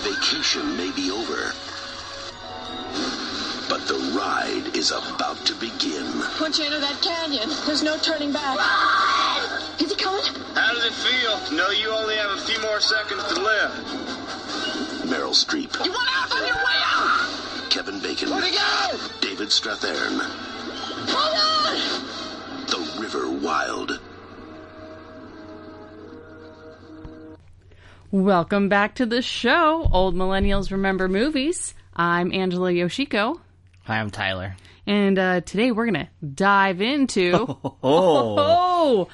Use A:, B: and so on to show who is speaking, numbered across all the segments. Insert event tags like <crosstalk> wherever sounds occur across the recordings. A: vacation may be over, but the ride is about to begin.
B: Once you enter that canyon, there's no turning back. Is he coming?
C: How does it feel? No, you only have a few more seconds to live.
A: Meryl Streep,
B: You want out on your way out!
A: Kevin Bacon,
C: Let me go!
A: David Strathairn,
B: Hold on!
A: The River Wild.
D: Welcome back to the show, Old Millennials Remember Movies. I'm Angela Yoshiko,
E: Hi, I'm Tyler.
D: and uh, today we're going to dive into
E: <laughs> Oh,
D: oh,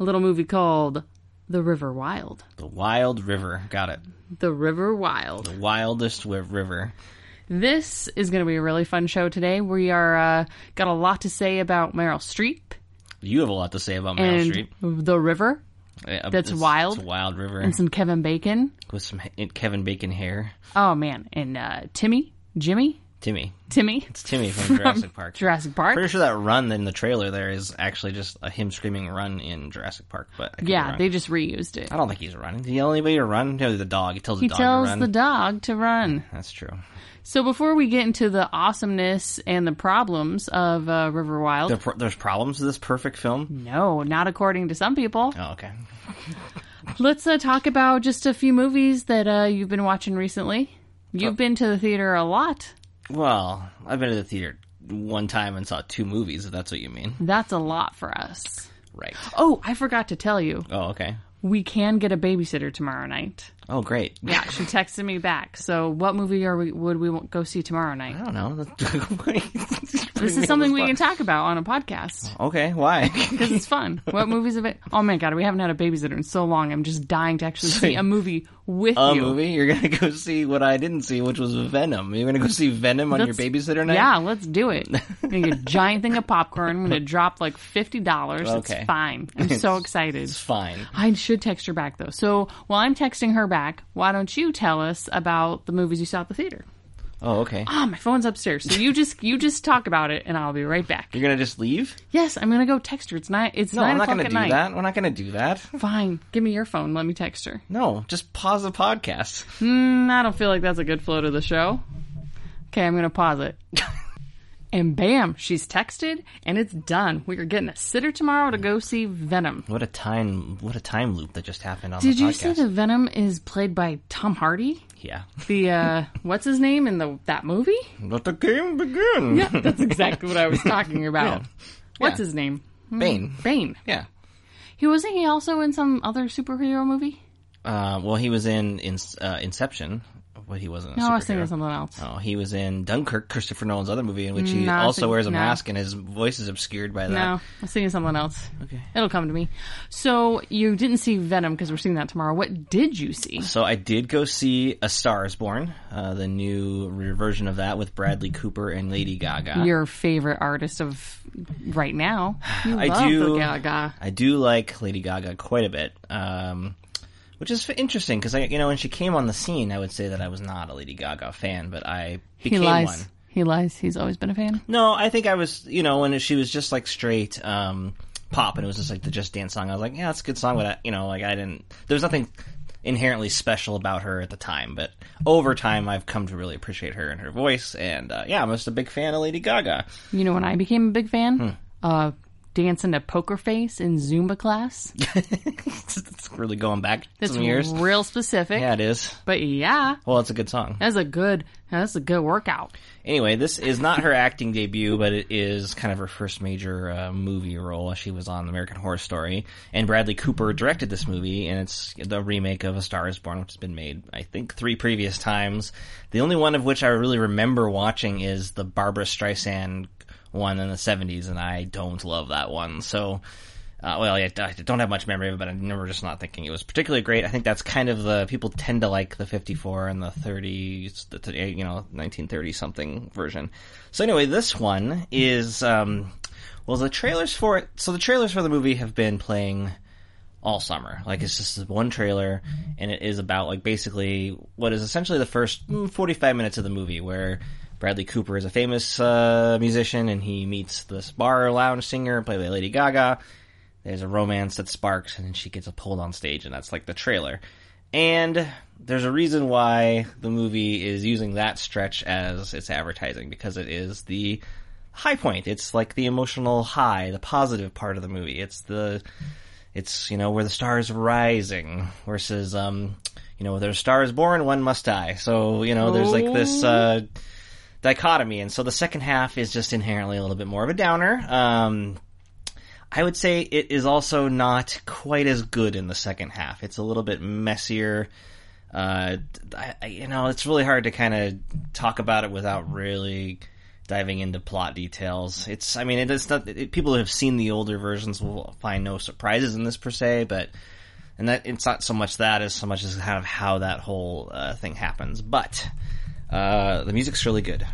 D: a little movie called The River Wild.
E: the wild river. Got it.
D: The River Wild.
E: The wildest wi- river.
D: This is going to be a really fun show today. We are uh, got a lot to say about Meryl Streep
E: You have a lot to say about Meryl
D: and
E: Streep.
D: the river,
E: Yeah,
D: that's
E: it's-
D: wild.
E: It's a wild river
D: and some Kevin Bacon.
E: with some H- Kevin Bacon hair.
D: Oh man, and uh, Timmy, Jimmy,
E: Timmy.
D: Timmy,
E: It's
D: <laughs>
E: Timmy from Jurassic Park.
D: Jurassic Park.
E: Pretty sure that run in the trailer there is actually just a him screaming "run" in Jurassic Park, but I could be
D: yeah,
E: wrong.
D: they just reused it.
E: I don't think he's running. Does he tell anybody to run? No, the dog. He tells
D: He
E: the dog
D: tells
E: to run.
D: the dog to run.
E: That's true.
D: So before we get into the awesomeness and the problems of uh, River Wild,
E: There, pro- there's problems with this perfect film.
D: no, not according to some people.
E: Oh, okay.
D: Let's uh, talk about just a few movies that uh, you've been watching recently. You've
E: Oh.
D: been to the theater a lot.
E: Well, I've been to the theater one time and saw two movies. If that's what you mean,
D: That's a lot for us.
E: right?
D: Oh, I forgot to tell you,
E: Oh, okay.
D: we can get a babysitter tomorrow night.
E: Oh, great.
D: Yeah, she
E: <laughs>
D: texted me back. So, what movie are we? Would we go see tomorrow night?
E: I don't know. <laughs>
D: This is something we can talk about on a podcast. <laughs>
E: Okay, why?
D: because it's fun. What movies have it? Oh my god, we haven't had a babysitter in so long. I'm just dying to actually see a movie with
E: <laughs> a
D: you.
E: movie? You're gonna go see what I didn't see, which was Venom. You're gonna go see Venom on your
D: Let's-
E: babysitter night?
D: Yeah, let's do
E: <laughs>
D: it. I'm gonna get a giant thing of popcorn. I'm gonna drop like fifty dollars.
E: Okay.
D: It's fine. I'm so excited.
E: It's fine.
D: I should text her back though. So while I'm texting her back, why don't you tell us about the movies you saw at the theater? <gasps>
E: Oh, okay.
D: Ah, my phone's upstairs. So you
E: <laughs>
D: just you just talk about it, and I'll be right back.
E: You're gonna just leave?
D: Yes, I'm gonna go text her. It's nine. It's
E: No, i
D: nine
E: I'm not
D: o'clock
E: gonna
D: at
E: do
D: night.
E: that. We're not gonna do that.
D: Fine. Give me your phone. Let me text her.
E: No, just pause the podcast. <laughs>
D: Mm, I don't feel like that's a good flow to the show. Okay, I'm going to pause it. <laughs> and bam, she's texted and it's done. We are getting a sitter tomorrow to go see Venom.
E: What a time! What a time loop that just happened on
D: Did
E: the podcast.
D: you see that Venom is played by Tom Hardy?
E: Yeah. <laughs>
D: The <laughs> uh what's his name in the that movie?
E: Let the game
D: <laughs>
E: begin.
D: Yeah, that's exactly what I was talking about. What's
E: Yeah.
D: his name?
E: Bane.
D: Bane.
E: Yeah.
D: He wasn't he also in some other superhero movie?
E: Uh, well, he was in, in uh, Inception, but he wasn't. A
D: No, I was thinking
E: superhero.
D: of something else.
E: Oh, he was in Dunkirk, Christopher Nolan's other movie, in which he
D: No, I
E: also
D: think-
E: wears a
D: no.
E: mask and his voice is obscured by that.
D: No, I'm seeing something else.
E: Okay.
D: It'll come to me. So you didn't see Venom because we're seeing that tomorrow. What did you see?
E: So I did go see A Star Is Born, uh, the new re- version of that with Bradley Cooper and Lady Gaga.
D: Your favorite artist of right now? You
E: I
D: love
E: do-
D: the Gaga.
E: I do like Lady Gaga quite a bit, um, which is f- interesting because I, you know, when she came on the scene, I would say that I was not a Lady Gaga fan, but I
D: He
E: became
D: lies.
E: one.
D: He lies. He's always been a fan.
E: No, I think I was, you know, when she was just like straight um, pop, and it was just like the Just Dance song. I was like, yeah, that's a good song, but I, you know, like I didn't. There was nothing inherently special about her at the time, but over time, I've come to really appreciate her and her voice, and uh, yeah, I'm just a big fan of Lady Gaga. <laughs>
D: You know when I became a big fan?
E: Hmm.
D: Uh, dancing to Poker Face in Zumba class.
E: it's really going back
D: That's
E: some years.
D: real specific.
E: Yeah, it is.
D: But yeah,
E: Well, it's a good song.
D: that's a good. That's a good workout.
E: Anyway, this is not her acting debut, but it is kind of her first major uh, movie role. She was on American Horror Story, and Bradley Cooper directed this movie, and it's the remake of A Star Is Born, which has been made, I think, three previous times. The only one of which I really remember watching is the Barbara Streisand one in the '70s, and I don't love that one. So, uh, well, I, I don't have much memory of it, but I remember just not thinking it was particularly great. I think that's kind of the people tend to like the 54 and the 30s, the, th- you know, 1930 something version. So anyway, this one is, um, well, the trailers for it. So the trailers for the movie have been playing all summer. Like it's just this one trailer, and it is about like basically what is essentially the first mm, 45 minutes of the movie, where Bradley Cooper is a famous uh, musician and he meets this bar lounge singer played by Lady Gaga. There's a romance that sparks, and then she gets pulled on stage, and that's like the trailer. And there's a reason why the movie is using that stretch as its advertising because it is the high point. It's like the emotional high, the positive part of the movie. It's the it's you know where the star is rising versus um you know where a star is born one must die. So you know there's like this uh dichotomy and so the second half is just inherently a little bit more of a downer. Um I would say it is also not quite as good in the second half. It's a little bit messier. Uh, I, I- you know, it's really hard to kind of talk about it without really diving into plot details. It's, I mean, it is not, it, people who have seen the older versions will find no surprises in this per se, but, and that, it's not so much that as so much as kind of how that whole uh, thing happens. But, uh, the music's really good.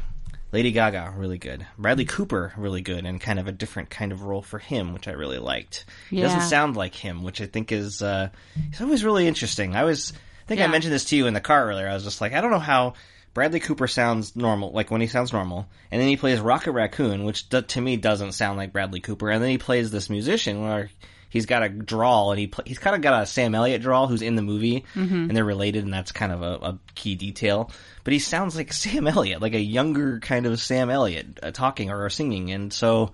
E: Lady Gaga, really good. Bradley Cooper, really good, and kind of a different kind of role for him, which I really liked. He doesn't
D: Yeah.
E: sound like him, which I think is uh, it's always really interesting. I was, I think I
D: Yeah.
E: mentioned this to you in the car earlier. I was just like, I don't know how Bradley Cooper sounds normal, like when he sounds normal, and then he plays Rocket Raccoon, which do, to me doesn't sound like Bradley Cooper, and then he plays this musician where he's got a drawl, and he pl- he's kind of got a Sam Elliott drawl who's in the movie,
D: Mm-hmm.
E: and they're related, and that's kind of a, a key detail. But he sounds like <laughs> Sam Elliott, like a younger kind of Sam Elliott uh, talking or singing, and so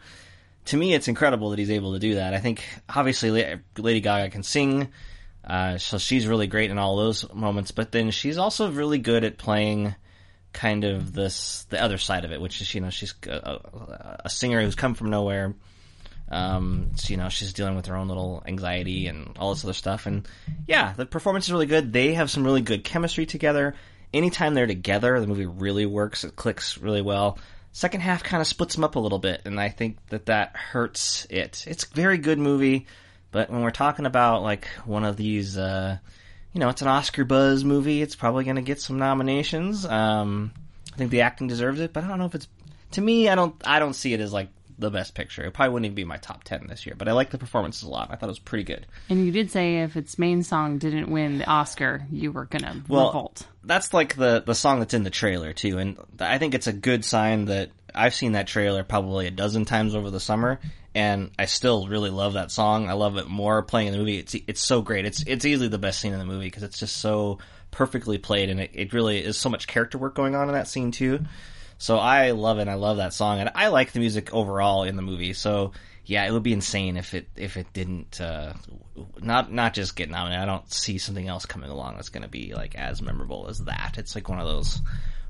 E: to me, it's incredible that he's able to do that. I think obviously La- Lady Gaga can sing, uh, so she's really great in all those moments. But then she's also really good at playing kind of this the other side of it, which is you know she's a, a- a singer who's come from nowhere. Um, so, you know she's dealing with her own little anxiety and all this other stuff. And yeah, the performance is really good. They have some really good chemistry together. Anytime they're together, the movie really works. It clicks really well. Second half kind of splits them up a little bit, and I think that that hurts it. It's a very good movie, but when we're talking about like one of these, uh, you know, it's an Oscar buzz movie. It's probably going to get some nominations. Um, I think the acting deserves it, but I don't know if it's to me. I don't. I don't see it as like the best picture. It probably wouldn't even be my top ten this year. But I like the performances a lot. I thought it was pretty good.
D: And you did say if its main song didn't win the Oscar, you were gonna
E: Well,
D: revolt.
E: That's like the the song that's in the trailer too, and th- I think it's a good sign that I've seen that trailer probably a dozen times over the summer, and I still really love that song. I love it more playing in the movie. It's it's so great. It's it's easily the best scene in the movie because it's just so perfectly played, and it, it really is so much character work going on in that scene too. So I love it. I love that song, and I like the music overall in the movie. So yeah, it would be insane if it if it didn't uh, not not just get nominated. I don't see something else coming along that's going to be like as memorable as that. It's like one of those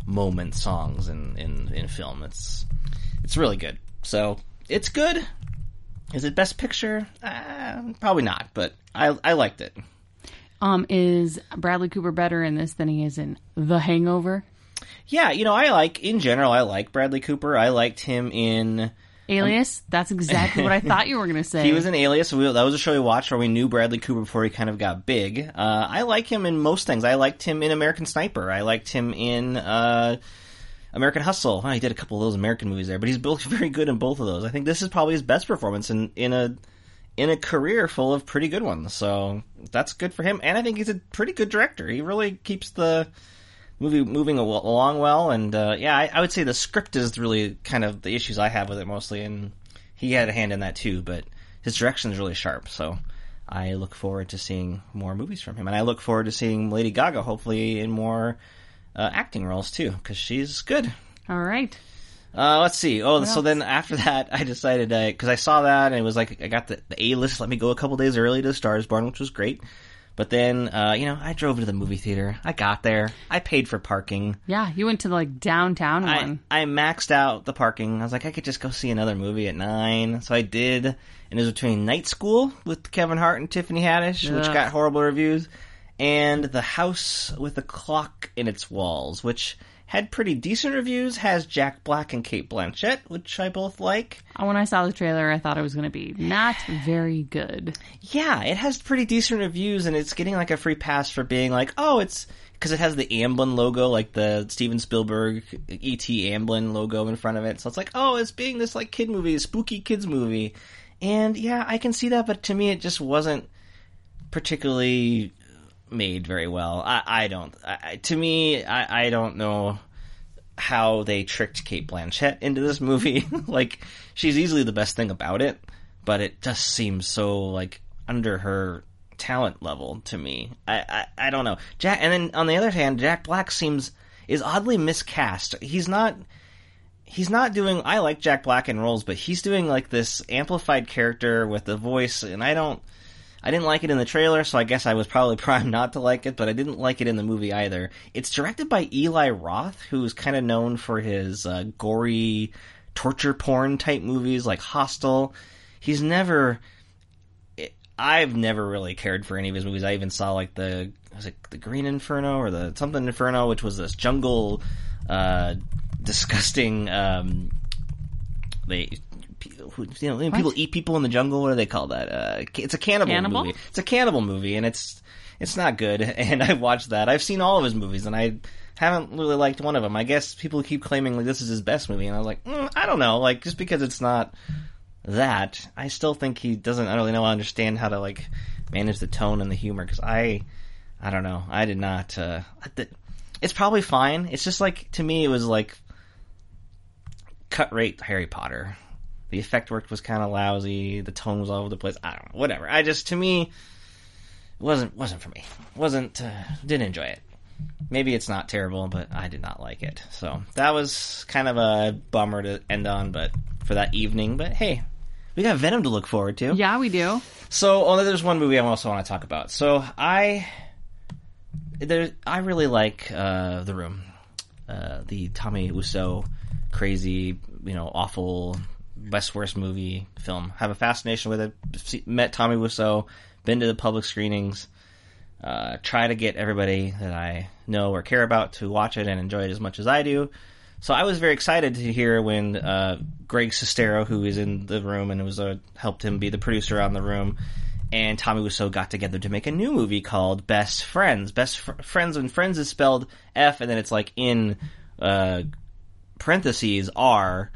E: moment songs in in in film. It's it's really good. So it's good. Is it best picture? Uh, probably not, but I I liked it.
D: Um, is Bradley Cooper better in this than he is in The Hangover?
E: Yeah, you know, I like in general. I like Bradley Cooper. I liked him in.
D: Alias? That's exactly
E: <laughs>
D: what I thought you were gonna say.
E: Um, He was an alias. We, that was a show we watched where we knew Bradley Cooper before he kind of got big. Uh, I like him in most things. I liked him in American Sniper. I liked him in uh, American Hustle. Well, he did a couple of those American movies there, but he's both <laughs> very good in both of those. I think this is probably his best performance in, in a in a career full of pretty good ones. So that's good for him. And I think he's a pretty good director. He really keeps the movie moving al- along well. And uh, yeah, I, I would say the script is really kind of the issues I have with it mostly. And he had a hand in that too, but his direction is really sharp. So I look forward to seeing more movies from him. And I look forward to seeing Lady Gaga hopefully in more uh, acting roles too, because she's good.
D: All right.
E: Uh, let's see. Oh, so then after that, I decided because I saw that and it was like I got the, the A list. Let me go a couple days early to Stars Barn, which was great. But then, uh, you know, I drove to the movie theater. I got there. I paid for parking.
D: Yeah, you went to like downtown
E: I,
D: one.
E: I maxed out the parking. I was like, I could just go see another movie at nine. So I did. And it was between Night School with Kevin Hart and Tiffany Haddish, which
D: Ugh.
E: got horrible reviews, and The House with the Clock in Its Walls, which had pretty decent reviews, has Jack Black and Kate Blanchett, which I both like.
D: Uh, When I saw the trailer, I thought it was gonna be not very good.
E: yeah, it has pretty decent reviews, and it's getting like a free pass for being like, oh, it's because it has the Amblin logo, like the Steven Spielberg ET Amblin logo in front of it. So it's like, oh, it's being this like kid movie, a spooky kids movie, and yeah, I can see that, but to me, it just wasn't particularly made very well. I, I don't. I, I- to me, I, I don't know how they tricked Kate Blanchett into this movie. <laughs> like she's easily the best thing about it, but it just seems so like under her talent level to me. I, I I don't know. Jack and then on the other hand, Jack Black seems is oddly miscast. He's not he's not doing I like Jack Black in roles, but he's doing like this amplified character with a voice and I don't I didn't like it in the trailer, so I guess I was probably <laughs> primed not to like it, but I didn't like it in the movie either. It's directed by Eli Roth, who's kind of known for his uh, gory torture porn type movies like Hostel. He's never I've never really cared for any of his movies. I even saw like the was it the Green Inferno or the something Inferno, which was this jungle, uh, disgusting. Um, they pe- who- you know, people eat people in the jungle. What do they call that? Uh, ca- it's a cannibal,
D: Cannibal?
E: movie. It's a cannibal movie, and it's it's not good. <laughs> And I watched that. I've seen all of his movies, and I haven't really liked one of them. I guess people keep claiming like this is his best movie, and I was like, mm, I don't know. Like just because it's not that, I still think he doesn't really know understand how to like manage the tone and the humor because I, I don't know, I did not. Uh, I thi- it's probably fine. It's just like to me, it was like cut rate Harry Potter. The effect work was kind of lousy. The tone was all over the place. I don't know, whatever. I just to me it wasn't wasn't for me. wasn't uh, didn't enjoy it. Maybe it's not terrible, but I did not like it. So that was kind of a bummer to end on, but for that evening. But hey, we got Venom to look forward to.
D: Yeah, we do.
E: So, oh, there's one movie I also want to talk about. So, I there I really like uh, The Room, uh, the Tommy Wiseau crazy, you know, awful best worst movie film. Have a fascination with it. See- Met Tommy Wiseau, been to the public screenings. Uh, try to get everybody that I know or care about to watch it and enjoy it as much as I do. So I was very excited to hear when uh, Greg Sestero, who is in the room and was uh, helped him be the producer on the room, and Tommy Wiseau got together to make a new movie called Best Friends. Best fr- Friends and Friends is spelled F, and then it's like in uh, parentheses R,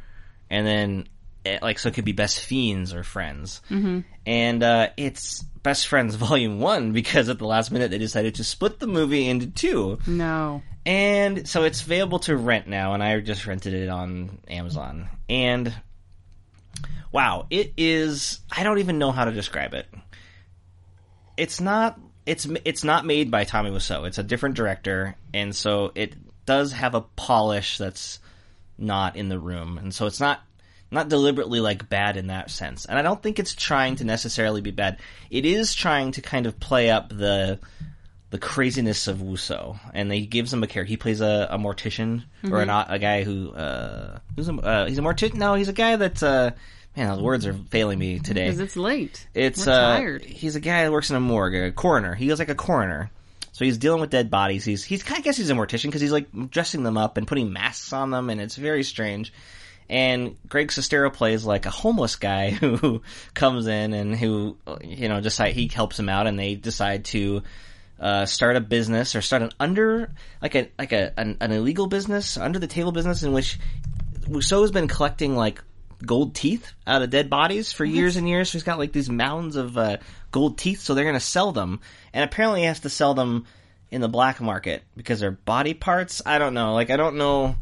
E: and then eh, like so it could be Best Fiends or Friends, mm-hmm. and uh, it's Best Friends <laughs> Volume One because at the last minute they decided to split the movie into two.
D: No.
E: And so it's available to rent now, and I just rented it on Amazon. And wow, it is. I don't even know how to describe it. It's not. It's it's not made by Tommy Wiseau. It's a different director, and so it does have a polish that's not in the room, and so it's not not deliberately like bad in that sense. And I don't think it's trying to necessarily be bad. It is trying to kind of play up the the craziness of Wuso, and they gives him a character. He plays a, a mortician or an, a guy who uh, who's a, uh, he's a mortician. No, he's a guy that's uh, man. The words are failing me today.
D: Because it's late.
E: It's
D: We're
E: uh,
D: tired.
E: He's a guy that works in a morgue, a coroner. He is like a coroner, so he's dealing with dead bodies. He's he's I guess he's a mortician because he's like dressing them up and putting masks on them, and it's very strange. And Greg Sestero plays like a homeless guy <laughs> who comes in and who you know decide he helps him out, and they decide to uh, start a business or start an under like a like a an, an illegal business under the table business in which Rousseau has been collecting like gold teeth out of dead bodies for years and years. So he's got like these mounds of uh, gold teeth, so they're going to sell them, and apparently he has to sell them in the black market because they're body parts. I don't know. Like I don't know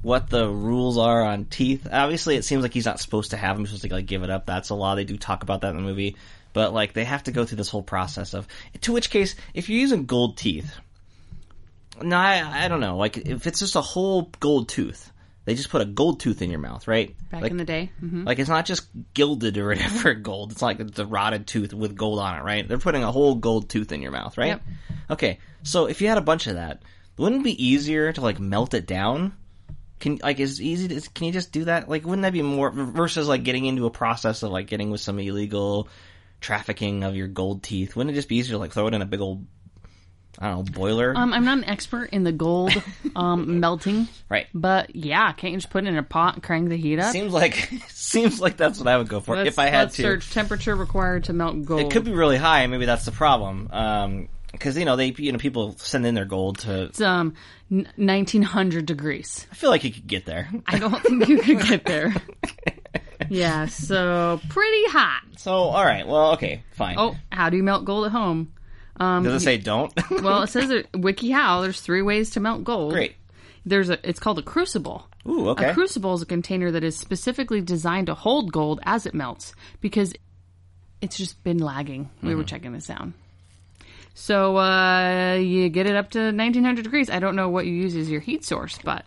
E: what the rules are on teeth. Obviously, it seems like he's not supposed to have them. He's supposed to like give it up. That's a law. They do talk about that in the movie. But like they have to go through this whole process of to which case, if you're using gold teeth, no, I, I don't know. Like if it's just a whole gold tooth, they just put a gold tooth in your mouth, right?
D: Back
E: like,
D: in the day. hmm
E: like it's not just gilded or <laughs> whatever gold. It's like it's a rotted tooth with gold on it, right? They're putting a whole gold tooth in your mouth, right?
D: Yep.
E: Okay. So if you had a bunch of that, wouldn't it be easier to like melt it down? Can like is it easy? To, can you just do that? Like wouldn't that be more versus like getting into a process of like getting with some illegal trafficking of your gold teeth? Wouldn't it just be easier to like throw it in a big old I don't know boiler?
D: Um, I'm not an expert in the
E: <laughs>
D: gold um, melting,
E: right.
D: but yeah, can't you just put it in a pot and crank the heat up?
E: <laughs> Seems like seems like that's what I would go for
D: Let's-
E: if I had
D: let's
E: to.
D: search temperature required to melt gold.
E: It could be really high. Maybe that's the problem. Um 'cause because you know they, you know, people send in their gold to.
D: It's, um, n- 1900 degrees.
E: I feel like you could get there.
D: I don't think you could get there. Yeah, so pretty hot.
E: So, all right. Well, okay, fine.
D: Oh, um, how do you melt gold at home?
E: Does it say don't? <laughs>
D: Well, it says at WikiHow there's three ways to melt gold.
E: Great.
D: There's a. It's called a crucible.
E: Ooh, okay.
D: A crucible is a container that is specifically designed to
E: Mm-hmm.
D: hold gold as it melts because it's just been lagging. We were checking this out. So uh, you get it up to 1900 degrees. I don't know what you use as your heat source, but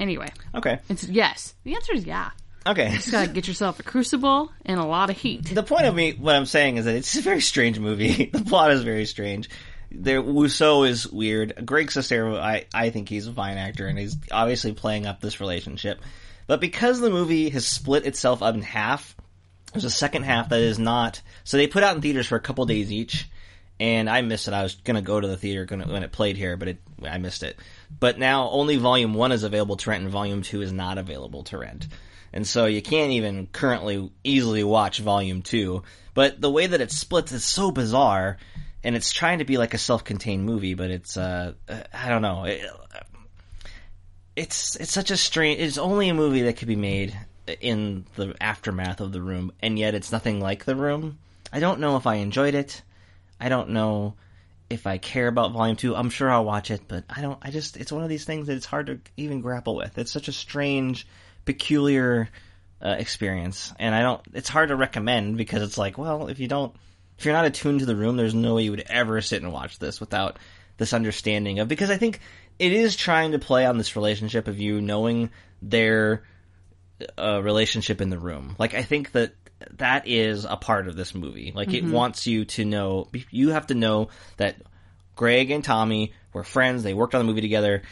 D: anyway,
E: Okay.
D: it's yes. The answer is yeah.
E: Okay.
D: You
E: <laughs>
D: gotta get yourself a crucible and a lot of heat.
E: the point of me what I'm saying is that it's a very strange movie. <laughs> the plot is very strange. There, Rousseau is weird. Greg Sestero, I, I think he's a fine actor, and he's obviously playing up this relationship. But because the movie has split itself up in half, there's a second half that is not. So they put out in theaters for a couple days each, and I missed it. I was gonna go to the theater gonna, when it played here, but it, I missed it. But now only Volume One is available to rent, and Volume Two is not available to rent, and so you can't even currently easily watch Volume Two. But the way that it splits is so bizarre, and it's trying to be like a self-contained movie, but it's uh, uh, I don't know. It, it's it's such a strange. It's only a movie that could be made in the aftermath of the room, and yet it's nothing like the room. I don't know if I enjoyed it. I don't know if I care about Volume Two. I'm sure I'll watch it, but I don't. I just it's one of these things that it's hard to even grapple with. It's such a strange, peculiar uh, experience, and I don't. It's hard to recommend because it's like, well, if you don't, if you're not attuned to the room, there's no way you would ever sit and watch this without this understanding of because I think it is trying to play on this relationship of you knowing their uh, relationship in the room. Like I think that that is a part of this movie. Like
D: Mm-hmm.
E: it wants you to know you have to know that Greg and Tommy were friends. They worked on the movie together.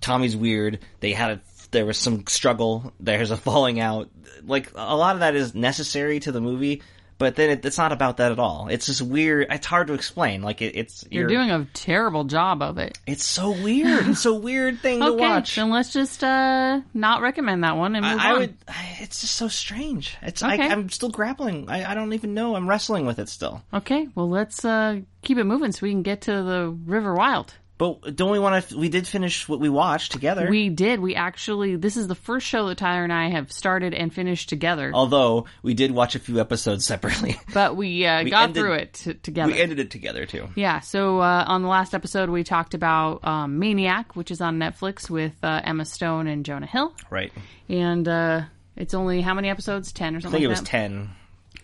E: Tommy's weird. They had a there was some struggle. There's a <laughs> falling out. Like a lot of that is necessary to the movie, but then it, it's not about that at all. It's just weird. It's hard to explain. Like it, it's
D: You're doing a terrible job of it.
E: It's so weird. It's
D: <laughs>
E: a weird thing to
D: Okay,
E: watch.
D: then let's just uh, not recommend that one and move
E: I, I
D: on.
E: would. I- It's just so strange. It's.
D: Okay.
E: I, I'm still grappling. I, I don't even know. I'm wrestling with it still.
D: Okay, well let's uh, keep it moving so we can get to the River Wild.
E: But don't we want to? We did finish what we watched together.
D: We did. We actually. This is the first show that Tyler and I have started and finished together.
E: Oh. Although we did watch a few episodes separately. <laughs>
D: but we, uh,
E: We
D: got
E: ended-
D: through it t- together.
E: we ended it together too.
D: yeah. So uh, on the last episode, we talked about um, Maniac, which is on Netflix with uh, Emma Stone and Jonah Hill,
E: Right.
D: and uh, it's only how many episodes? Ten or
E: I
D: something.
E: think it
D: like
E: was
D: that.
E: ten.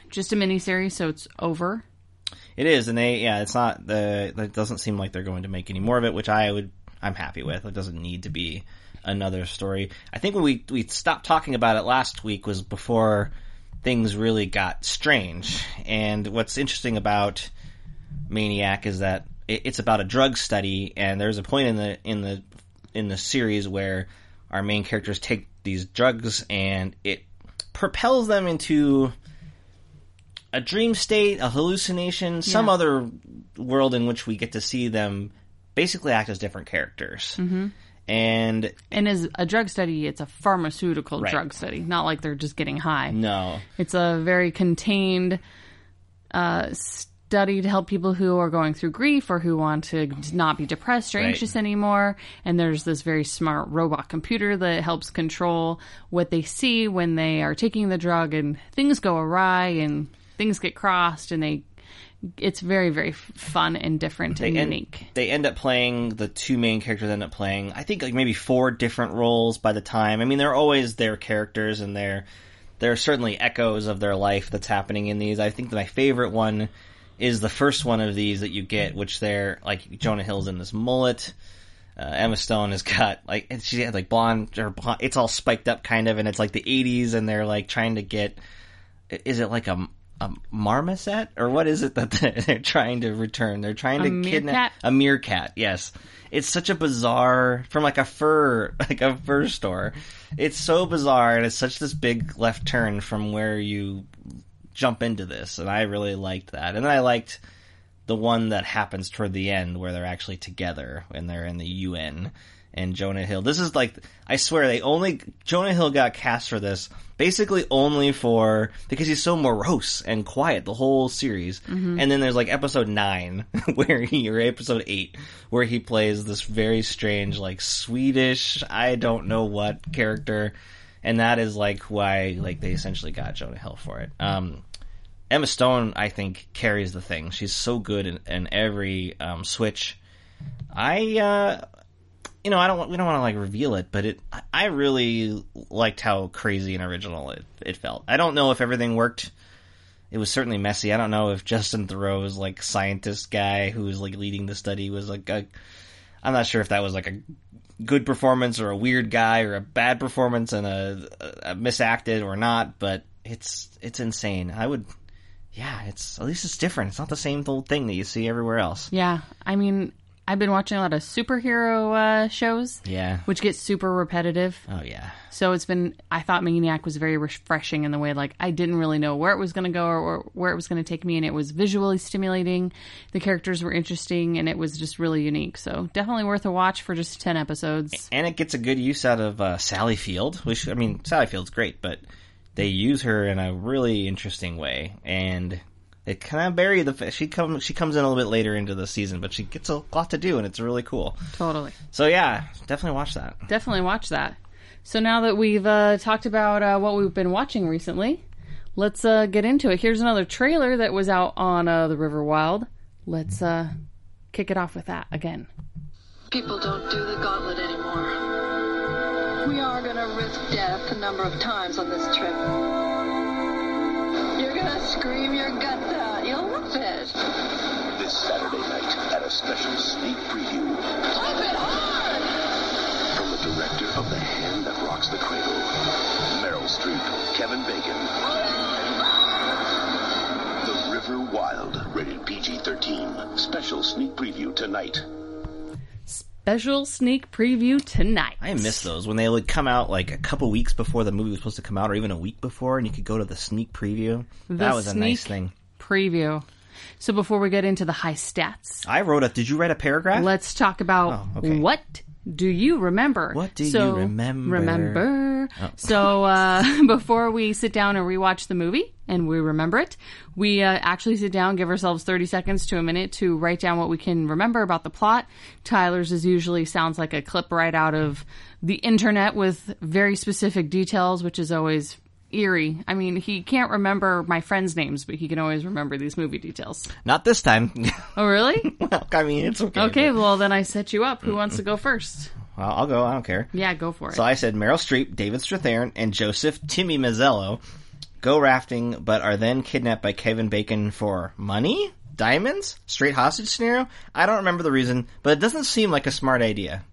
D: Just a miniseries, so it's over.
E: It is, and they. Yeah, it's not the. It doesn't seem like they're going to make any more of it, which I would. I'm happy with. It doesn't need to be another story. I think when we we stopped talking about it last week was before things really got strange. And what's interesting about Maniac is that it, it's about a drug study, and there's a point in the in the in the series where our main characters take these drugs, and it propels them into a dream state, a hallucination, some other world in which we get to see them basically act as different characters. Mm-hmm. And
D: And as a drug study, it's a pharmaceutical drug study, not like they're just getting high.
E: no,
D: It's a very contained uh, study to help people who are going through grief or who want to not be depressed or anxious anymore. And there's this very smart robot computer that helps control what they see when they are taking the drug, and things go awry and things get crossed, and they. It's very, very f- fun and different and
E: end-
D: unique.
E: They end up playing the two main characters end up playing. I think like maybe four different roles by the time. I mean, they're always their characters and they're there are certainly echoes of their life that's happening in these. I think my favorite one is the first one of these that you get, which they're like Jonah Hill's in this mullet. Uh, Emma Stone has got like and she had like blonde or blonde, it's all spiked up kind of and it's like the 80s and they're like trying to get is it like a, a marmoset or what is it that <laughs> they're they're trying to return? They're trying to
D: meerkat?
E: kidnap a meerkat. Yes, it's such a bizarre from like a fur <laughs> like a fur store. It's so bizarre and it's such this big left turn from where you jump into this, and I really liked that. And then I liked the one that happens toward the end where they're actually together and they're in the UN and Jonah Hill. This is like I swear they only Jonah Hill got cast for this basically only for because he's so morose and quiet the whole series. And then there's like episode 9 <laughs> where he or episode 8 where he plays this very strange like Swedish I don't know what character and that is like why like they essentially got Jonah Hill for it. Um Emma Stone, I think, carries the thing. She's so good in, in every um, switch. I, uh, you know, I don't. want- We don't want to like reveal it, but it. I- I really liked how crazy and original it, it felt. I don't know if everything worked it was certainly messy. I don't know if Justin Thoreau's like scientist guy who was like leading the study was like a, I'm not sure if that was like a good performance or a weird guy or a bad performance and a, a, a misacted or not, but it's it's insane. I would yeah, it's at least it's different. It's not the same old thing that you see everywhere else.
D: Yeah, I mean, I've been watching a lot of superhero uh, shows,
E: Yeah.
D: which get super repetitive.
E: Oh yeah.
D: So it's been. I thought Maniac was very refreshing in the way, like I didn't really know where it was going to go or, or where it was going to take me, and it was visually stimulating. The characters were interesting, and it was just really unique. So definitely worth a watch for just ten episodes.
E: and it gets a good use out of uh, Sally Field, which I mean, Sally Field's great, but they use her in a really interesting way, and they kind of bury the fa- she comes she comes in a little bit later into the season, but she gets a lot to do, and it's really cool.
D: Totally,
E: So yeah, definitely watch that.
D: definitely watch that. So now that we've uh, talked about uh, what we've been watching recently, let's uh, get into it. Here's another trailer that was out on uh, the River Wild. Let's uh, kick it off with that again.
F: People don't do the gauntlet anymore. We are gonna risk death a number of times on this trip. You're gonna scream your guts out. You'll love it.
A: This Saturday night at a special sneak preview
F: Open hard!
A: from the director of The Hand That Rocks the Cradle, Meryl Streep, Kevin Bacon. The River Wild, rated PG 13. Special sneak preview tonight.
D: Special sneak preview tonight.
E: I miss those when they would come out like a couple weeks before the movie was supposed to come out, or even a week before, and you could go to the sneak preview. that was a nice
D: sneak
E: thing.
D: preview. So before we get into the high stats,
E: I wrote a. Did you write a paragraph?
D: let's talk about
E: Oh, okay.
D: what do you remember?
E: What do
D: So-
E: you remember? Oh.
D: Remember. <laughs> So uh, <laughs> before we sit down and rewatch the movie and we remember it, we uh, actually sit down, give ourselves 30 seconds to a minute to write down what we can remember about the plot. Tyler's is usually sounds like a clip right out of the internet with very specific details, which is always eerie. I mean, he can't remember my friends' names, but he can always remember these movie details.
E: Not this time. <laughs>
D: Oh, really?
E: well, I mean, it's okay.
D: Okay,
E: but-
D: well then I set you up. Who wants to go first?
E: well, I'll go. I don't care.
D: Yeah, go for it.
E: So I said Meryl Streep, David Strathairn, and Joseph Timmy Mazzello go rafting, but are then kidnapped by Kevin Bacon for money, diamonds, straight hostage scenario. I don't remember the reason, but it doesn't seem like a smart idea.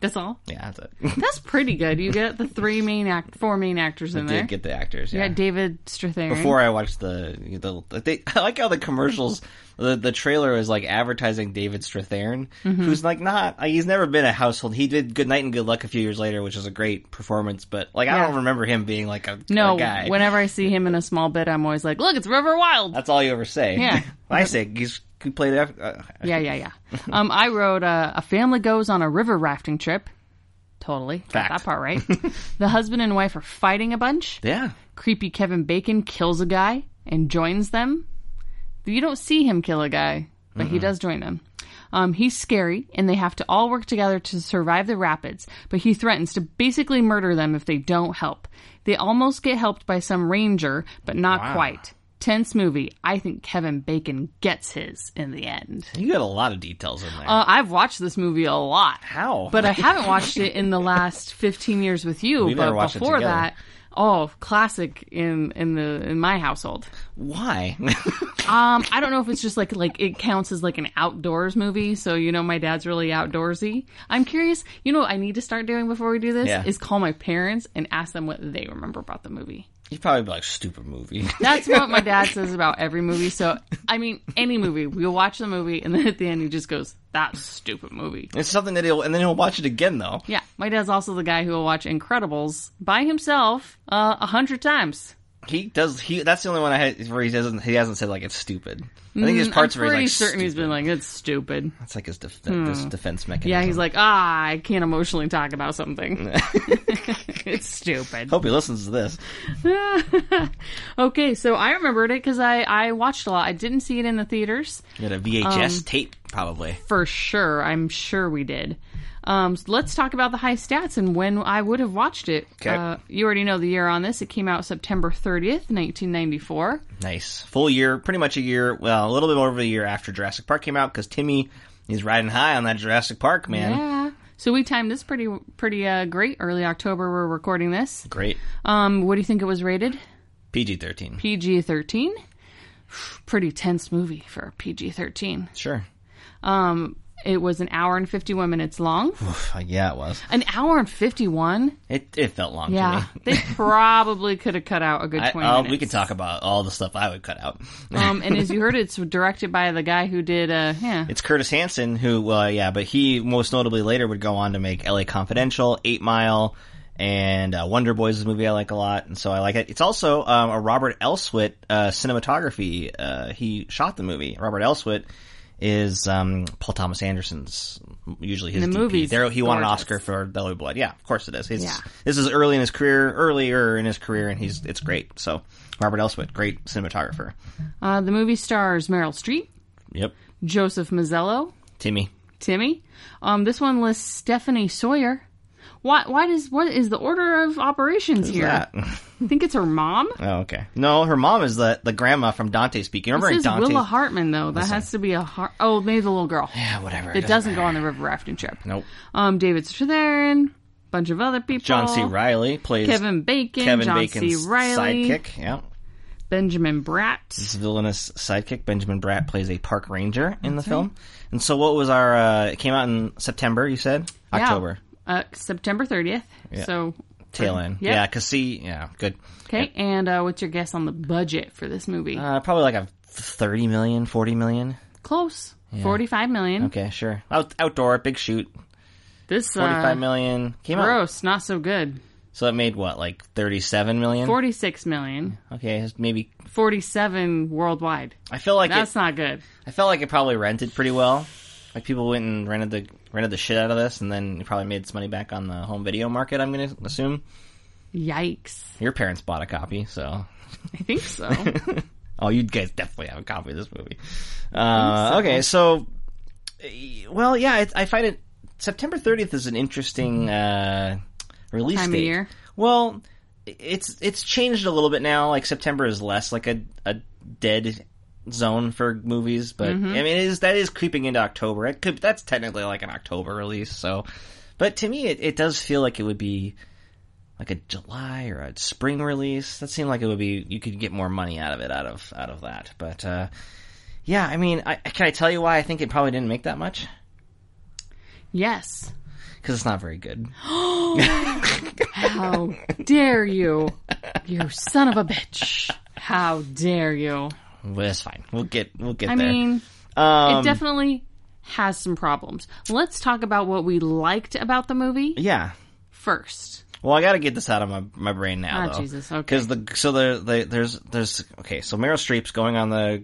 D: That's all.
E: Yeah, that's it. <laughs>
D: That's pretty good. You get the three main act, four main actors in there.
E: Did get the actors.
D: you
E: Yeah.
D: got David Strathairn.
E: Before I watched the the they, <laughs> I like how the commercials the the trailer is like advertising David Strathairn,
D: Mm-hmm.
E: who's like not like, he's never been a household. He did Good Night and Good Luck a few years later, which is a great performance, but like I
D: Yeah.
E: don't remember him being like a
D: no,
E: a guy.
D: whenever I see him in a small bit, I'm always like, "Look, it's River Wild."
E: That's all you ever say. <laughs>
D: Yeah.
E: I say he's he played. Uh,
D: yeah, yeah, yeah.
E: <laughs>
D: um, I wrote uh, a family goes on a river rafting trip. Totally, Got
E: Fact.
D: that part
E: <laughs>
D: right. the husband and wife are fighting a bunch.
E: yeah.
D: Creepy Kevin Bacon kills a guy and joins them. You don't see him kill a guy, but he does join them. Um, he's scary, and they have to all work together to survive the rapids, but he threatens to basically murder them if they don't help. They almost get helped by some ranger, but not quite. Tense movie. I think Kevin Bacon gets his in the end.
E: You got a lot of details in there.
D: Uh, I've watched this movie a lot.
E: How?
D: But I haven't watched it in the last 15 years with you.
E: We
D: but
E: better watch it
D: before
E: together.
D: that, oh, classic in in the in my household.
E: Why? <laughs>
D: Um, I don't know if it's just like like it counts as like an outdoors movie. So you know, my dad's really outdoorsy. I'm curious. You know, what I need to start doing before we do this
E: Yeah.
D: is call my parents and ask them what they remember about the movie.
E: you probably be like stupid movie. <laughs>
D: That's what my dad <laughs> says about every movie. So, I mean, any movie, we'll watch the movie, and then at the end, he just goes, "That stupid movie."
E: it's something that he'll and then he'll watch it again though.
D: Yeah, my dad's also the guy who will watch Incredibles by himself uh, a hundred times.
E: He does. He that's the only one I had where he doesn't he hasn't said like it's stupid. I think there's parts
D: Mm, I'm
E: where
D: pretty
E: he's like
D: certain he's been
E: stupid.
D: like, "It's stupid."
E: That's like his, def- his defense mechanism.
D: Yeah, he's like, "Ah, I can't emotionally talk about
E: <laughs>
D: something. <laughs> it's stupid."
E: Hope he listens to this.
D: Okay, so I remembered it because I I watched a lot. I didn't see it in the theaters
E: You had a VHS
D: Um,
E: tape, probably.
D: for sure. I'm sure we did. Um, so let's talk about the high stats and when I would have watched it.
E: Okay.
D: Uh, you already know the year on this. It came out September 30th, 1994.
E: Nice. Full year, pretty much a year, well, a little bit over a year after Jurassic Park came out because Timmy is riding high on that Jurassic Park, man.
D: Yeah. So we timed this pretty pretty uh, great. Early October, we're recording this.
E: Great.
D: Um, what do you think it was rated?
E: PG thirteen.
D: PG 13. Pretty tense movie for PG 13.
E: sure.
D: Um, it was an hour and 51 minutes
E: <sighs>
D: long.
E: Oof, yeah, it was.
D: An hour and 51?
E: It it felt long
D: Yeah.
E: to me.
D: <laughs> They probably could have cut out a good
E: I,
D: 20
E: uh,
D: minutes.
E: we could talk about all the stuff I would cut out.
D: Um, and as you heard, it's directed by the guy who did, uh,
E: <laughs>
D: yeah.
E: It's Curtis Hanson who, well, yeah, but he most notably later would go on to make L.A. Confidential, Eight Mile, and uh, Wonder Boys is a movie I like a lot, and so I like it. It's also um, a Robert Elswit uh, cinematography. Uh, he shot the movie. Robert Elswit is um, Paul Thomas Anderson's usually his
D: The
E: DP.
D: movie's
E: There, he won an
D: gorgeous.
E: Oscar for Yellow Blood. Yeah, of course it is. He's,
D: Yeah.
E: This is early in his career, earlier in his career, and he's it's great. So Robert Elswit, great cinematographer.
D: Uh, the movie stars Meryl Streep,
E: Yep,
D: Joseph Mazzello,
E: Timmy.
D: Timmy. Um, this one lists Stephanie Sawyer. Why? Why does what is the order of operations here?
E: Yeah.
D: I think it's her mom.
E: Oh, okay. No, her mom is the, the grandma from Dante speaking. Remember
D: This
E: in
D: is
E: Dante?
D: Willa Hartman though. That has to be a har- oh, maybe the little girl.
E: yeah, whatever.
D: It doesn't go on the river rafting trip.
E: Nope.
D: Um, David Strathairn, bunch of other people.
E: John C. Riley plays
D: Kevin Bacon,
E: Kevin
D: John
E: Bacon's
D: C. Riley,
E: sidekick. Mm, Yeah,
D: Benjamin Bratt.
E: his villainous sidekick Benjamin Bratt plays a park ranger in the film. And so, what was our? Uh, it came out in September. You said
D: Yeah.
E: October
D: Uh, September thirtieth. So
E: tail end.
D: Yep.
E: Yeah, cause see, yeah, good.
D: okay. And uh, what's your guess on the budget for this movie?
E: Uh, probably like a thirty million, forty million.
D: Close. Forty-five million.
E: Okay, sure. Out, outdoor, big shoot.
D: This uh,
E: Forty-five million came out.
D: Gross, not so good.
E: So it made what, like thirty-seven million?
D: 46 million,
E: Okay, maybe.
D: 47 worldwide.
E: I feel like it,
D: That's not good.
E: I felt like it probably rented pretty well. Like people went and rented the rented the shit out of this, and then it probably made some money back on the home video market. I'm gonna assume
D: Yikes.
E: your parents bought a copy, so
D: I think so.
E: <laughs> oh, you guys definitely have a copy of this movie. Uh, Okay, so eh, well, yeah, it, I find it September 30th is an interesting uh, release
D: Mm-hmm. Time of
E: date.
D: year.
E: Well, it's it's changed a little bit now. Like September is less like a a dead zone for movies, but
D: Mm-hmm.
E: I mean, it is that is creeping into October. It could that's technically like an October release. So, but to me, it, it does feel like it would be like a July or a spring release. That seemed like it would be you could get more money out of it out of out of that. But uh, yeah, I mean, I, can I tell you why I think it probably didn't make that much?
D: yes.
E: Because it's not very good.
D: How dare you? You son of a bitch. How dare you?
E: But it's fine. We'll get we'll get
D: I
E: there.
D: mean,
E: um,
D: it definitely has some problems. Let's talk about what we liked about the movie
E: yeah.
D: first.
E: Well, I got to get this out of my, my brain now,
D: Ah,
E: though.
D: Jesus, okay.
E: Because the so the, the there's there's okay. So Meryl Streep's going on the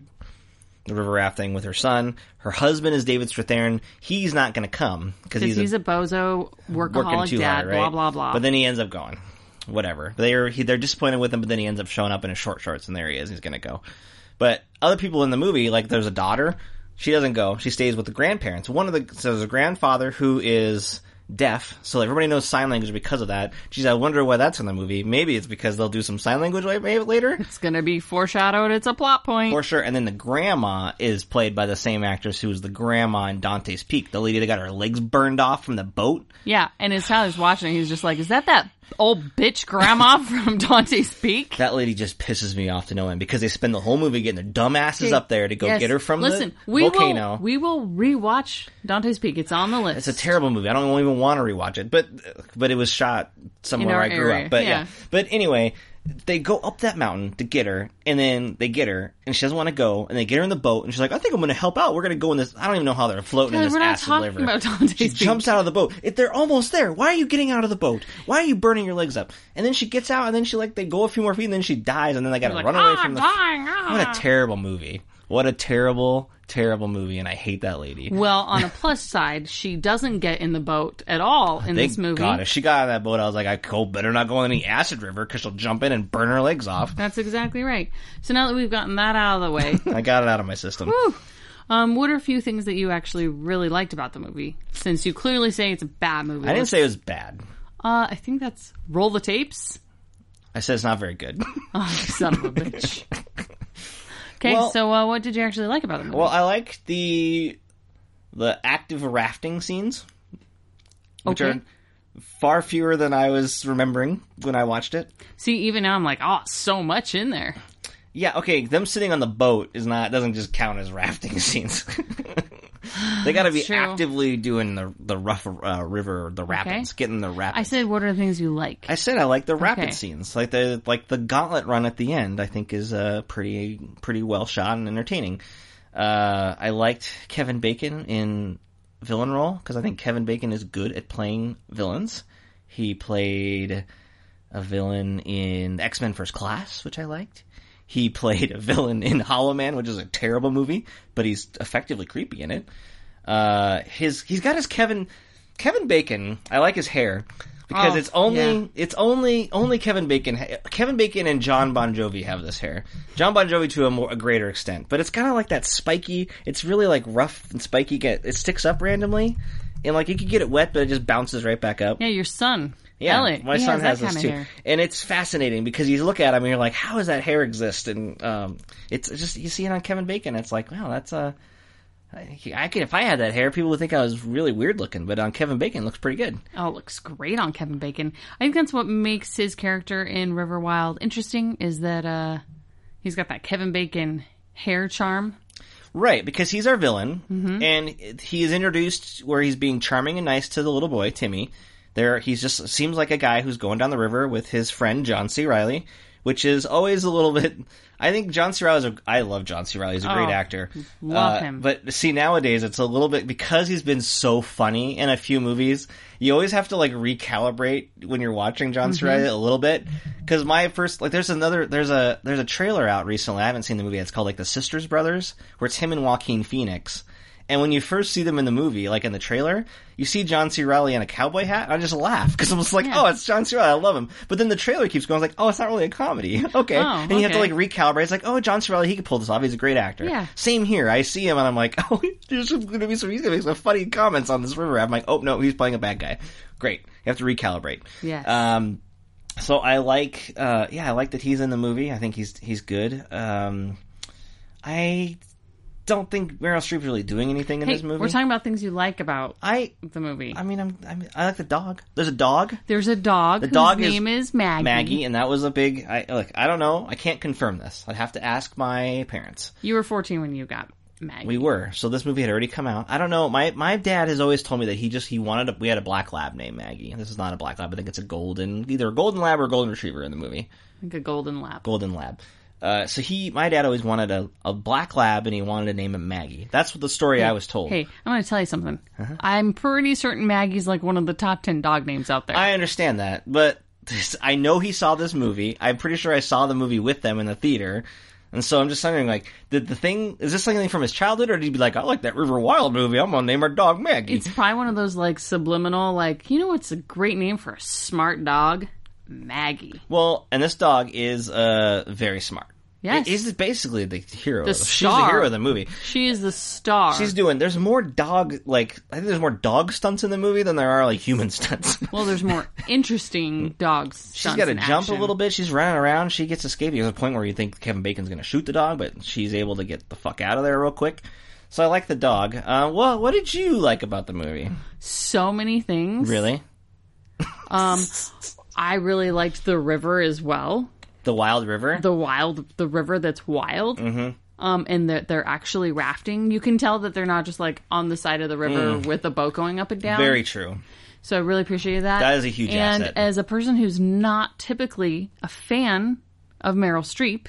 E: the river rafting with her son. Her husband is David Strathairn. He's not going to come
D: Because
E: because he's,
D: he's a bozo,
E: working
D: workaholic
E: too
D: Uh-huh, dad,
E: hard, right?
D: blah, blah, blah.
E: But then he ends up going. Whatever. They're he, they're disappointed with him, but then he ends up showing up in his short shorts, and there he is. He's going to go. But other people in the movie, like there's a daughter. She doesn't go. She stays with the grandparents. One of the so there's a grandfather who is deaf, so everybody knows sign language because of that. Geez, I wonder why that's in the movie. Maybe it's because they'll do some sign language la- maybe
D: <laughs>
E: later
D: it's going to be foreshadowed. It's a plot point.
E: for sure. And then the grandma is played by the same actress who was the grandma in Dante's Peak, the lady that got her legs burned off from the boat.
D: Yeah, and his father's watching. He's just like, "Is that that old bitch grandma <laughs> from Dante's Peak?"
E: That lady just pisses me off to no end because they spend the whole movie getting their dumbasses up there to go
D: Yes.
E: get her from
D: Listen,
E: the
D: we
E: volcano.
D: Will, we will rewatch Dante's Peak. It's on the list.
E: it's a terrible movie. I don't even want to rewatch it, but but it was shot somewhere
D: our
E: where I grew
D: area,
E: up. But
D: yeah.
E: yeah. But anyway, they go up that mountain to get her, and then they get her, and she doesn't want to go, and they get her in the boat, and she's like, "I think I'm going to help out. We're going to go in this. I don't even know how they're floating
D: God,
E: in this
D: we're not
E: acid
D: talking
E: river."
D: about Dante's
E: she
D: Peak.
E: jumps out of the boat. If they're almost there, why are you getting out of the boat? Why are you burning your legs up? And then she gets out, and then she like they go a few more feet, and then she dies, and then they got to
D: Like,
E: run
D: "Ah,
E: away from
D: I'm
E: the.
D: dying, ah."
E: What a terrible movie! What a terrible, terrible movie, and I hate that lady.
D: well, on a plus side, she doesn't get in the boat at all in
E: Thank
D: this movie.
E: God, if she got on that boat, I was like, I go better not go in any acid river because she'll jump in and burn her legs off.
D: That's exactly right. So now that we've gotten that out of the
E: <laughs>
D: way,
E: I got it out of my system.
D: um, what are a few things that you actually really liked about the movie? Since you clearly say it's a bad movie,
E: I didn't say it was bad.
D: Uh, I think that's roll the tapes.
E: I said it's not
D: <laughs>
E: very good.
D: Son <laughs> of a bitch. Okay,
E: Well-
D: so uh, what did you actually like about the movie?
E: well, I like the the active rafting scenes, which
D: Okay.
E: are far fewer than I was remembering when I watched it.
D: See, even now I'm like, oh, so much in there.
E: Yeah, okay, them sitting on the boat is not doesn't just count as <laughs> rafting scenes. they got to be
D: That's true.
E: actively doing the the rough uh, river, the rapids, getting the rapids.
D: I said, what are the things you like?
E: I said I like the rapid
D: Okay.
E: scenes, like the like the gauntlet run at the end. I think is uh, pretty pretty well shot and entertaining. Uh, I liked Kevin Bacon in villain role because I think Kevin Bacon is good at playing villains. He played a villain in X Men First Class, which I liked. He <laughs> played a villain in Hollow Man, which is a terrible movie, but he's effectively creepy in it. Uh, his he's got his Kevin Kevin Bacon. I like his hair because
D: Oh,
E: it's only
D: yeah.
E: it's only only Kevin Bacon ha- Kevin Bacon and John Bon Jovi have this hair. John Bon Jovi to a more a greater extent, but it's kind of like that spiky. It's really like rough and spiky. Get it sticks up randomly. And like you could get it wet, but it just bounces right back up.
D: yeah, your son.
E: Yeah,
D: Elliot,
E: my
D: he
E: son
D: has,
E: has,
D: that
E: this
D: kind
E: too,
D: of hair.
E: and it's fascinating because you look at him and you're like, "How does that hair exist?" And um, it's just you see it on Kevin Bacon. It's like, wow, that's a. I I could if I had that hair, people would think I was really weird looking. But on Kevin Bacon, it looks pretty good.
D: Oh, it looks great on Kevin Bacon. I think that's what makes his character in River Wild interesting is that uh he's got that Kevin Bacon hair charm.
E: Right, because he's our villain, and he is introduced where he's being charming and nice to the little boy Timmy. There, he's just seems like a guy who's going down the river with his friend John C. Riley, which is always a little <laughs> bit. I think John C. Riley's. A, I love John C. Riley. He's a great
D: Oh,
E: actor.
D: love him.
E: Uh, But see, nowadays it's a little bit because he's been so funny in a few movies. You always have to like recalibrate when you're watching John
D: Mm-hmm.
E: C. Riley a little bit. Because my first, like, there's another, there's a there's a trailer out recently. I haven't seen the movie. It's called like the Sisters Brothers, where it's him and Joaquin Phoenix. And when you first see them in the movie, like in the trailer, you see John C. Riley in a cowboy hat. And I just laugh because I'm just like,
D: Yeah.
E: oh, it's John C. Riley. I love him. But then the trailer keeps going. I was like, oh, it's not really a comedy. <laughs> okay.
D: Oh,
E: and you have to
D: okay.
E: like recalibrate. It's like, oh, John C. Riley, he could pull this off. He's a great actor.
D: Yeah.
E: Same here. I see him and I'm like, <laughs> oh, there's going to be some, he's going to make some funny comments on this river. I'm like, oh, no, he's playing a bad guy. Great. You have to recalibrate.
D: Yes.
E: Um, so I like, uh, yeah, I like that he's in the movie. I think he's, he's good. Um, I don't think Meryl Streep's really doing anything in
D: Hey,
E: this movie.
D: we're talking about things you like about
E: I,
D: the movie.
E: I mean, I'm, I'm, I like the dog. There's a dog.
D: There's a dog. The
E: dog is
D: name is, Maggie.
E: Maggie, and that was a big. I look. I don't know. I can't confirm this. I'd have to ask my parents.
D: You were 14 when you got Maggie.
E: We were so this movie had already come out. I don't know. My my dad has always told me that he just he wanted. A, we had a black lab named Maggie. This is not a black lab. I think it's a golden, either a golden lab or a golden retriever in the movie.
D: like a golden lap.
E: Golden lab. Uh, so he, my dad always wanted a, a black lab, and he wanted to name him Maggie. That's what the story I was told.
D: Hey, I'm going to tell you something. I'm pretty certain Maggie's like one of the top 10 dog names out there.
E: I understand that, but this, I know he saw this movie. I'm pretty sure I saw the movie with them in the theater. And so I'm just wondering, like, did the thing, is this something from his childhood, or did he be like, I like that River Wild movie, I'm gonna name our dog Maggie?
D: it's probably one of those like subliminal, like, you know what's a great name for a smart dog? Maggie.
E: well, and this dog is, uh, very smart.
D: Yes.
E: He's basically the hero.
D: The
E: of the, She's the
D: star.
E: hero of the movie.
D: She is the star.
E: She's doing, there's more dog, like, I think there's more dog stunts in the movie than there are, like, human <laughs> stunts.
D: Well, there's
E: <laughs>
D: more interesting dogs.
E: She's got to jump a little bit. She's running around. She gets escaped. There's a point where you think Kevin Bacon's going to shoot the dog, but she's able to get the fuck out of there real quick. So I like the dog. Uh, well, what did you like about the movie?
D: So many things.
E: Really,
D: Um, I really liked the river as well.
E: the Wild River.
D: The wild, the river that's wild. Mm-hmm. Um, and that they're actually rafting. You can tell that they're not just like on the side of the river with a boat going up and down.
E: Mm. Very true.
D: So I really appreciate that.
E: That is a huge
D: And
E: asset.
D: as a person who's not typically a fan of Meryl Streep,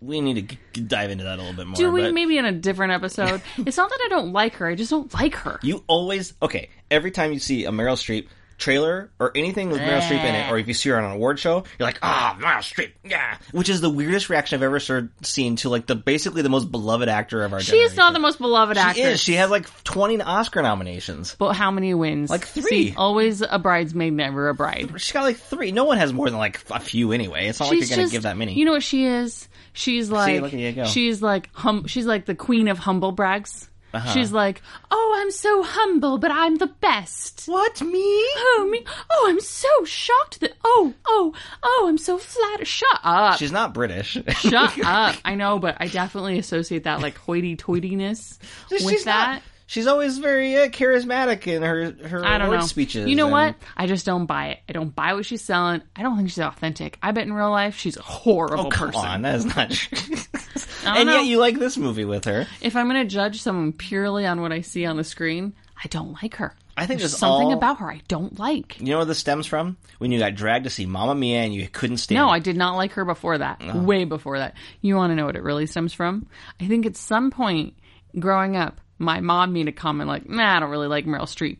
E: We need to g- g- dive into that a little bit more.
D: do we
E: but
D: maybe in a different episode?
E: <laughs>
D: it's not that I don't like her; I just don't like her.
E: You always okay. Every time you see a Meryl Streep trailer or anything with Meryl Streep in it, or if you see her on an award show, you're like, ah, Meryl Streep, yeah. Which is the weirdest reaction I've ever ser- seen to like the basically the most beloved actor of our.
D: She is not the most beloved
E: She
D: actress.
E: is. She has like 20 Oscar nominations.
D: But how many wins?
E: Like three.
D: See, always a bridesmaid, never a bride.
E: She's got like three. No one has more than like a few anyway. It's not like you're going to give that many.
D: You know what she is? She's like,
E: look at you go.
D: she's like, hum, she's like the queen of humble brags.
E: Uh-huh.
D: She's like, oh, I'm so humble, but I'm the best.
E: what me?
D: Oh me, oh, I'm so shocked that oh, oh, oh, I'm so flattered. Shut <laughs> up,
E: She's not British.
D: <laughs> <laughs> shut up. I know, but I definitely associate that like hoity-toityness with
E: she's
D: that.
E: Not, She's always very uh, charismatic in her her
D: I don't
E: award
D: know.
E: speeches.
D: You know what?
E: and-
D: I just don't buy it. I don't buy what she's selling. I don't think she's authentic. I bet in real life she's a horrible
E: Oh, come
D: person.
E: on, that is
D: <laughs>
E: not true.
D: I
E: and
D: don't know.
E: yet you like this movie with her.
D: If I'm going to judge someone purely on what I see on the screen, I don't like her.
E: I think
D: there's
E: this
D: something
E: all-
D: about her I don't like.
E: You know where this stems from? When you got dragged to see Mamma Mia and you couldn't stand
D: No,
E: it.
D: I did not like her before that. Way before that. You want to know what it really stems from? I think at some point growing up, my mom made a comment like, nah, I don't really like Meryl Streep.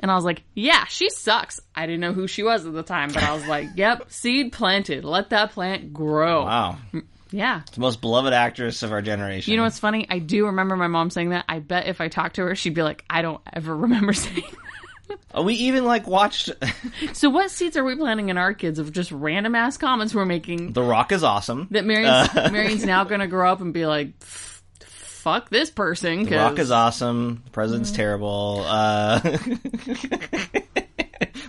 D: And I was like, yeah, she sucks. I didn't know who she was at the time, but I was like, yep, seed planted. Let that plant grow.
E: Wow.
D: Yeah.
E: The most beloved actress of our generation.
D: You know what's funny? I do remember my mom saying that. I bet if I talked to her, she'd be like, I don't ever <laughs> remember saying
E: Uh, We even like watched <laughs>
D: that. So what seeds are we planting in our kids of just random ass comments we're making
E: The Rock is awesome.
D: that Marion's,
E: Uh, <laughs>
D: Marion's now going to grow up and be like, "F- fuck this person.
E: The Rock
D: 'cause
E: is awesome. The president's
D: Mm.
E: terrible. Uh,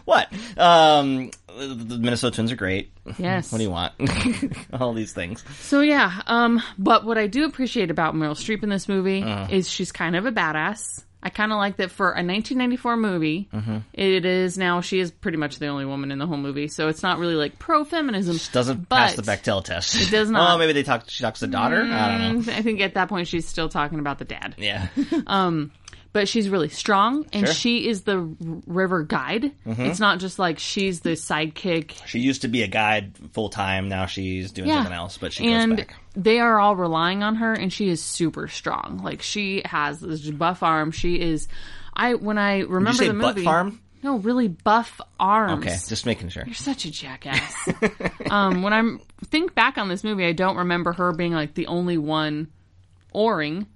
E: <laughs> what? Um, the Minnesota Twins are great.
D: Yes.
E: What do you want? <laughs> All these things.
D: So yeah, um, but what I do appreciate about Meryl Streep in this movie
E: Uh-huh.
D: is she's kind of a badass. I kind of like that for a 1994 movie.
E: Mm-hmm.
D: it is now she is pretty much the only woman in the whole movie, so it's not really like pro feminism.
E: She doesn't
D: but
E: pass the Bechtel test. It
D: does not.
E: <laughs>
D: Mm.
E: Oh, maybe they talk. She talks to the daughter. I don't know.
D: I think at that point she's still talking about the dad.
E: Yeah.
D: but she's really strong and
E: Sure. Mm-hmm.
D: she is the r- river guide. It's not just like she's the sidekick.
E: She used to be a guide full time. Now she's doing something else, but she
D: and
E: goes back.
D: they are all relying on her and she is super strong. Like she has this buff arm. She is I when I remember
E: say
D: the
E: butt
D: movie
E: farm?
D: No, really buff arms.
E: Okay, just
D: <laughs>
E: making sure.
D: You're such a jackass. <laughs> um, when I think back on this movie, I don't remember her being like the only one
E: <laughs>
D: oaring.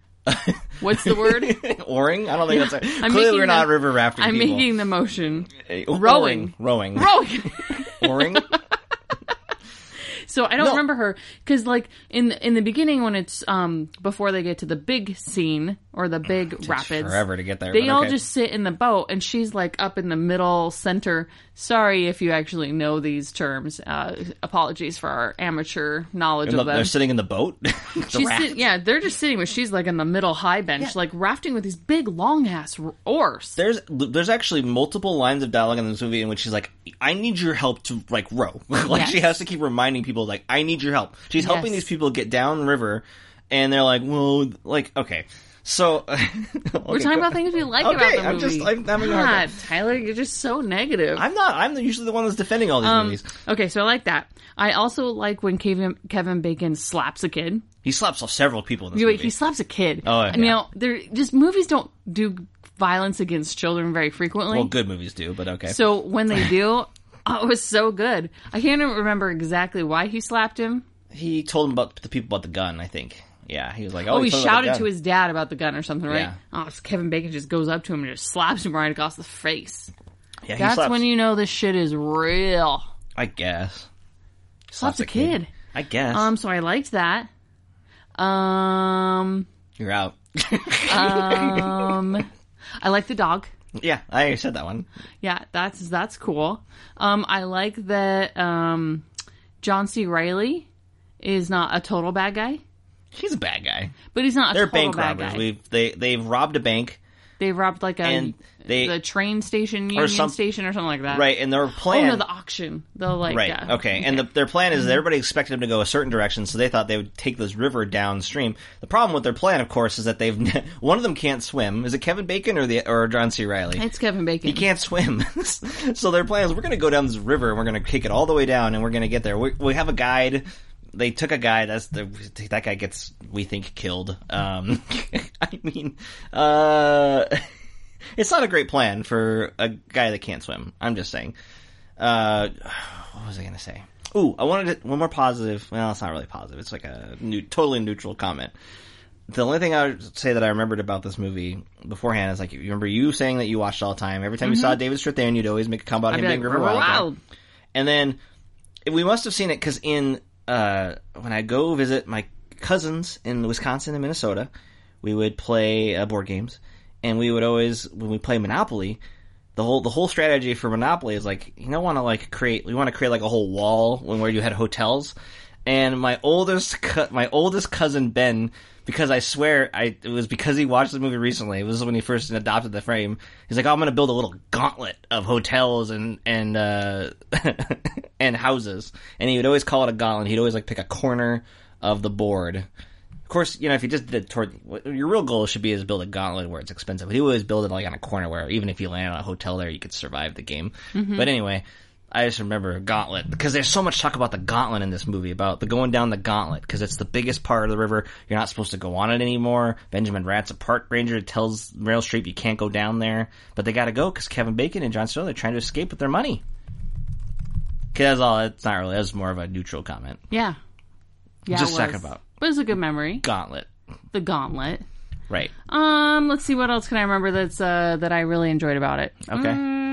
D: What's the word?
E: Oaring? I don't think that's. Right.
D: I'm
E: Clearly,
D: making
E: we're not
D: the-
E: river rafting.
D: I'm
E: people.
D: making the motion.
E: Eh, o-
D: rowing.
E: Rowing.
D: Rowing.
E: <laughs> Oaring.
D: So I don't
E: No.
D: remember her because, like in in the beginning, when it's um before they get to the big scene or the big rapids,
E: forever to get there,
D: They
E: but
D: all
E: okay.
D: just sit in the boat, and she's like up in the middle center. Sorry if you actually know these terms. Uh, apologies for our amateur knowledge of
E: They're
D: them.
E: sitting in the boat. <laughs> The
D: She's
E: raft.
D: sit- yeah, they're just sitting, but she's like in the middle high bench, like rafting with these big long ass oars.
E: there's there's actually multiple lines of dialogue in this movie in which she's like, "I need your help to like row." <laughs> like
D: Yes.
E: she has to keep reminding people, like, "I need your help." She's helping
D: Yes.
E: these people get downriver, and they're like, "Well, like, okay." So <laughs>
D: We're talking about things we like
E: Okay,
D: about the
E: I'm just-
D: movie.
E: I'm having a
D: God,
E: hard
D: Tyler, you're just so negative.
E: I'm not. I'm usually the one that's defending all these
D: Um,
E: movies.
D: Okay, so I like that. I also like when Kevin Kevin Bacon slaps a kid.
E: He slaps off several people in this
D: You wait,
E: movie.
D: he slaps a kid.
E: Oh, yeah.
D: And, you know, they're just movies don't do violence against children very frequently.
E: well, good movies do, but okay.
D: So when they do, <laughs> oh, it was so good. I can't even remember exactly why he slapped him.
E: he told him about the people about the gun. I think. Yeah, he was like, "Oh,
D: Oh, he
E: told him about the
D: shouted to
E: gun.
D: his dad about the gun or something, right?
E: Yeah.
D: Oh, it's Kevin Bacon just goes up to him and just slaps him right across the face.
E: Yeah, he
D: That's
E: slaps,
D: when you know this shit is real.
E: I guess. Slaps,
D: Slaps a kid.
E: I guess.
D: Um, so I liked that. Um,
E: You're out. <laughs>
D: I like the dog.
E: yeah, I already said that one.
D: Yeah, that's that's cool. Um, I like that um, John C. Riley is not a total bad guy,
E: He's a bad guy.
D: but he's not a
E: They're
D: total
E: bank
D: bad
E: robbers.
D: guy.
E: We've they they've robbed a bank
D: They robbed like a
E: and they
D: the train station, union
E: some-
D: station, or something like that.
E: right and their
D: Oh
E: plan
D: no, the auction. The like uh, Mm-hmm.
E: right
D: yeah.
E: okay and the, their plan is that everybody expected them to go a certain direction, so they thought they would take this river downstream. The problem with their plan, of course, is that they've <laughs> one of them can't swim. Is it Kevin Bacon or the or John C. Riley?
D: It's Kevin Bacon.
E: He can't swim. <laughs> so their plan is we're going to go down this river and we're going to kick it all the way down and we're going to get there. We, we have a guide. They took a guy. That's the that guy gets we think killed. Um, <laughs> I mean, uh, <laughs> it's not a great plan for a guy that can't swim. I'm just saying. Uh, what was I going to say? Ooh, I wanted to, one more positive. Well, it's not really positive. It's like a new, totally neutral comment. The only thing I would say that I remembered about this movie beforehand is like you remember you saying that you watched it all the time. Every time you saw David Strathairn, you'd always make a comment about
D: Mm-hmm. I'd
E: him
D: be
E: being
D: like,
E: River
D: "Wow."
E: Wild. And then we must have seen it because in uh, when I go visit my cousins in Wisconsin and Minnesota, we would play uh, board games, and we would always when we play Monopoly. The whole the whole strategy for Monopoly is like you don't want to like create you want to create like a whole wall when where you had hotels, and my oldest co- my oldest cousin Ben because I swear I it was because he watched the movie recently. It was when he first adopted the frame. He's like, oh, "I'm going to build a little gauntlet of hotels and and uh, <laughs> and houses." And he would always call it a gauntlet. He'd always like pick a corner of the board. Of course, you know if you just did it toward what your real goal should be is build a gauntlet where it's expensive. But he always build it like on a corner where even if you land on a hotel there, you could survive the game. But anyway. I just remember Gauntlet because there's so much talk about the Gauntlet in this movie about the going down the Gauntlet because it's the biggest part of the river. You're not supposed to go on it anymore. Benjamin Ratt's a park ranger tells Meryl Streep you can't go down there, but they got to go because Kevin Bacon and John Snow they're trying to escape with their money. Okay, that's all. It's not really. That was more of a neutral comment.
D: Yeah. Yeah.
E: Just
D: it
E: talking
D: was.
E: about-
D: But it was a good memory.
E: Gauntlet,
D: The gauntlet.
E: right?
D: Um, let's see what else can I remember that's uh that I really enjoyed about it.
E: Okay.
D: Mm,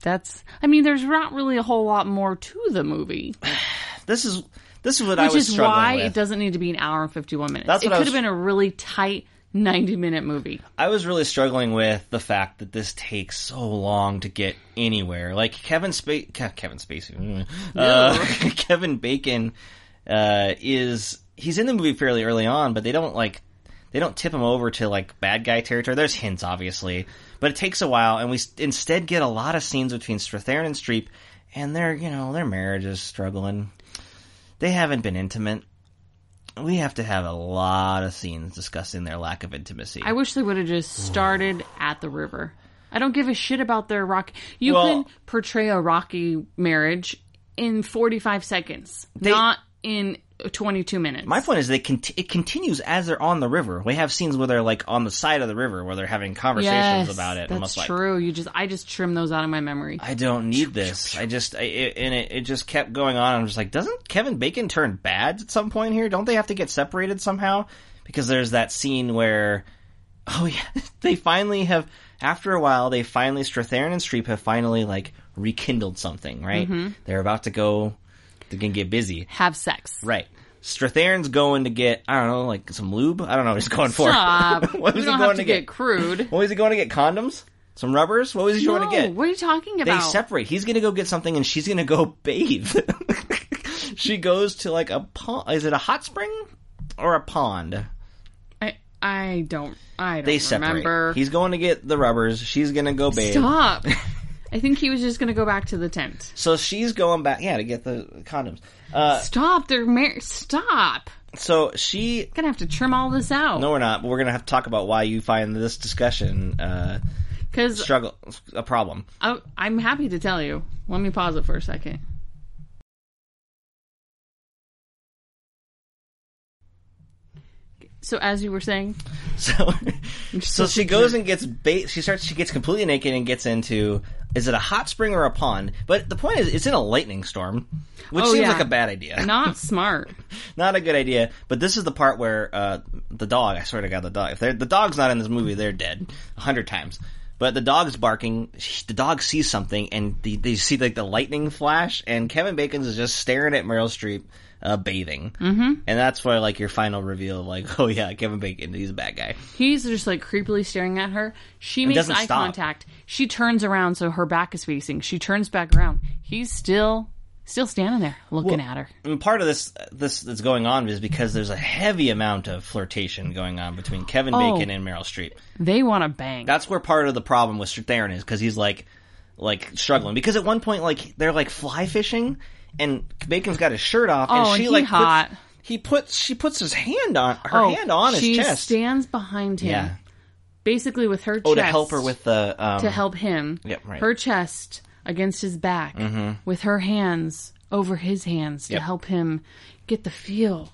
D: that's. I mean, there's not really a whole lot more to the movie,
E: This is this is what I
D: which
E: was
D: is
E: struggling
D: why
E: with.
D: it doesn't need to be an hour and fifty-one minutes.
E: That's
D: it
E: what I
D: could
E: was-
D: have been a really tight ninety-minute movie.
E: I was really struggling with the fact that this takes so long to get anywhere. Like Kevin Spa- Ke- Kevin Spacey, <laughs> uh, <laughs> Kevin Bacon uh, is he's in the movie fairly early on, but they don't like they don't tip him over to like bad guy territory. There's hints, obviously, but it takes a while, and we s- instead get a lot of scenes between Strathairn and Streep, and their you know their marriage is struggling. They haven't been intimate. We have to have a lot of scenes discussing their lack of intimacy.
D: I wish they would have just started at the river. I don't give a shit about their rock. You
E: Well-
D: can portray a rocky marriage in forty-five seconds, not in twenty-two minutes.
E: My point is they cont- it continues as they're on the river. We have scenes where they're like on the side of the river where they're having conversations about it.
D: That's
E: almost like,
D: true. You just I just trim those out of my memory.
E: I don't need this. I just I, it, and it, it just kept going on. I'm just like, doesn't Kevin Bacon turn bad at some point here? Don't they have to get separated somehow? Because there's that scene where, oh yeah, <laughs> they finally have. After a while, they finally Strathairn and Streep have finally like rekindled something. Right?
D: Mm-hmm.
E: They're about to go. They're gonna get busy.
D: Have sex.
E: <laughs> Right. Strathairn's going to get I don't know, like some lube. I don't know what he's going for.
D: Stop.
E: what
D: we
E: was
D: don't
E: he going
D: have
E: to
D: to get,
E: get?
D: crude.
E: <laughs> What was he going to get? Condoms? Some rubbers? What was he
D: No,
E: going to get?
D: What are you talking
E: They
D: about?
E: separate. He's going to go get something, and she's going to go <laughs> bathe. she goes to like a pond. Is it a hot spring or a pond?
D: I I don't I don't
E: They separate.
D: remember.
E: He's going to get the rubbers. She's going to go bathe. <laughs>
D: Stop. I think he was just going to go back to the tent.
E: So she's going back. Yeah, to get the condoms. Uh,
D: Stop. They're mar- Stop.
E: so she
D: Gonna have to trim all this
E: No,
D: out
E: we're not. But we're gonna have to talk about why you find this discussion uh,
D: because
E: struggle a problem.
D: I'm happy to tell you. Let me pause it for a second. So as you were saying,
E: <laughs> So, so she goes and gets bait. She starts. She gets completely naked and gets into. Is it a hot spring or a pond? But the point is, it's in a lightning storm, which
D: Oh,
E: seems
D: yeah.
E: like a bad idea.
D: not smart.
E: not a good idea. But this is the part where uh, the dog. I swear to God, the dog. If they're, the dog's not in this movie, they're dead a hundred times. But the dog's barking. She, the dog sees something, and the, they see like the lightning flash. And Kevin Bacon's is just staring at Meryl Streep uh, bathing, mm-hmm. and that's where like your final reveal, of, like, <laughs> oh yeah, Kevin Bacon, he's a bad guy.
D: He's just like creepily staring at her. She makes
E: doesn't
D: eye
E: stop.
D: contact. She turns around so her back is facing. She turns back around. He's still still standing there looking at her.
E: And part of this this that's going on is because there's a heavy amount of flirtation going on between Kevin
D: Oh.
E: Bacon and Meryl Streep.
D: They want to bang.
E: that's where part of the problem with Strathairn is because he's like like struggling because at one point like they're like fly fishing and Bacon's got his shirt off
D: Oh,
E: and
D: and
E: she
D: he
E: like
D: hot.
E: puts, he puts she puts his hand on her
D: Oh,
E: hand on
D: she
E: his chest
D: stands behind him.
E: Yeah.
D: Basically with her
E: oh
D: chest
E: to help her with the um,
D: to help him.
E: Yep, right. Mm-hmm.
D: Her chest against his back with her hands over his hands to
E: Yep.
D: help him get the feel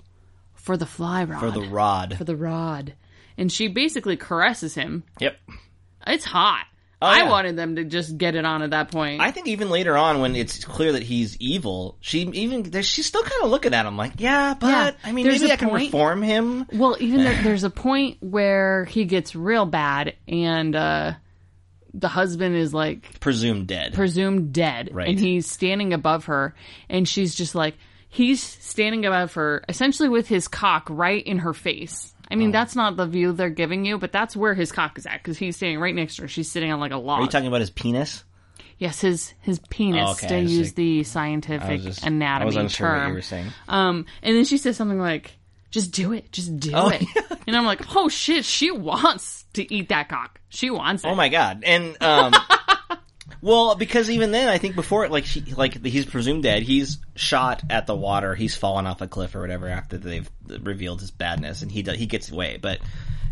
D: for the fly rod.
E: for the rod
D: For the rod. And she basically caresses him.
E: yep
D: It's hot. I
E: Oh, yeah.
D: wanted them to just get it on at that point.
E: I think even later on when it's clear that he's evil she even there- she's still kind of looking at him like yeah but
D: Yeah,
E: I mean
D: there's
E: maybe
D: a
E: I can
D: point-
E: reform him
D: well, even
E: <sighs>
D: there, there's a point where he gets real bad, and uh, the husband is like
E: presumed dead
D: presumed dead,
E: Right.
D: and he's standing above her, and she's just like he's standing above her, essentially with his cock right in her face. I
E: Oh.
D: mean, that's not the view they're giving you, but that's where his cock is at because he's standing right next to her. She's sitting on like a log.
E: are you talking about his penis
D: Yes, his his penis.
E: Oh, okay, I
D: they
E: was
D: use
E: like-
D: the
E: I
D: scientific
E: was just
D: anatomy
E: I was unsure
D: term.
E: what you were saying.
D: Um, and then she says something like, "Just do it, just do
E: Oh,
D: it," and I'm like, "Oh shit, she wants to eat that cock. She wants it."
E: Oh my god! And
D: <laughs>
E: um, well, because even then, I think before it, like she, like he's presumed dead. He's shot at the water. He's fallen off a cliff or whatever after they've revealed his badness, and he do- he gets away. But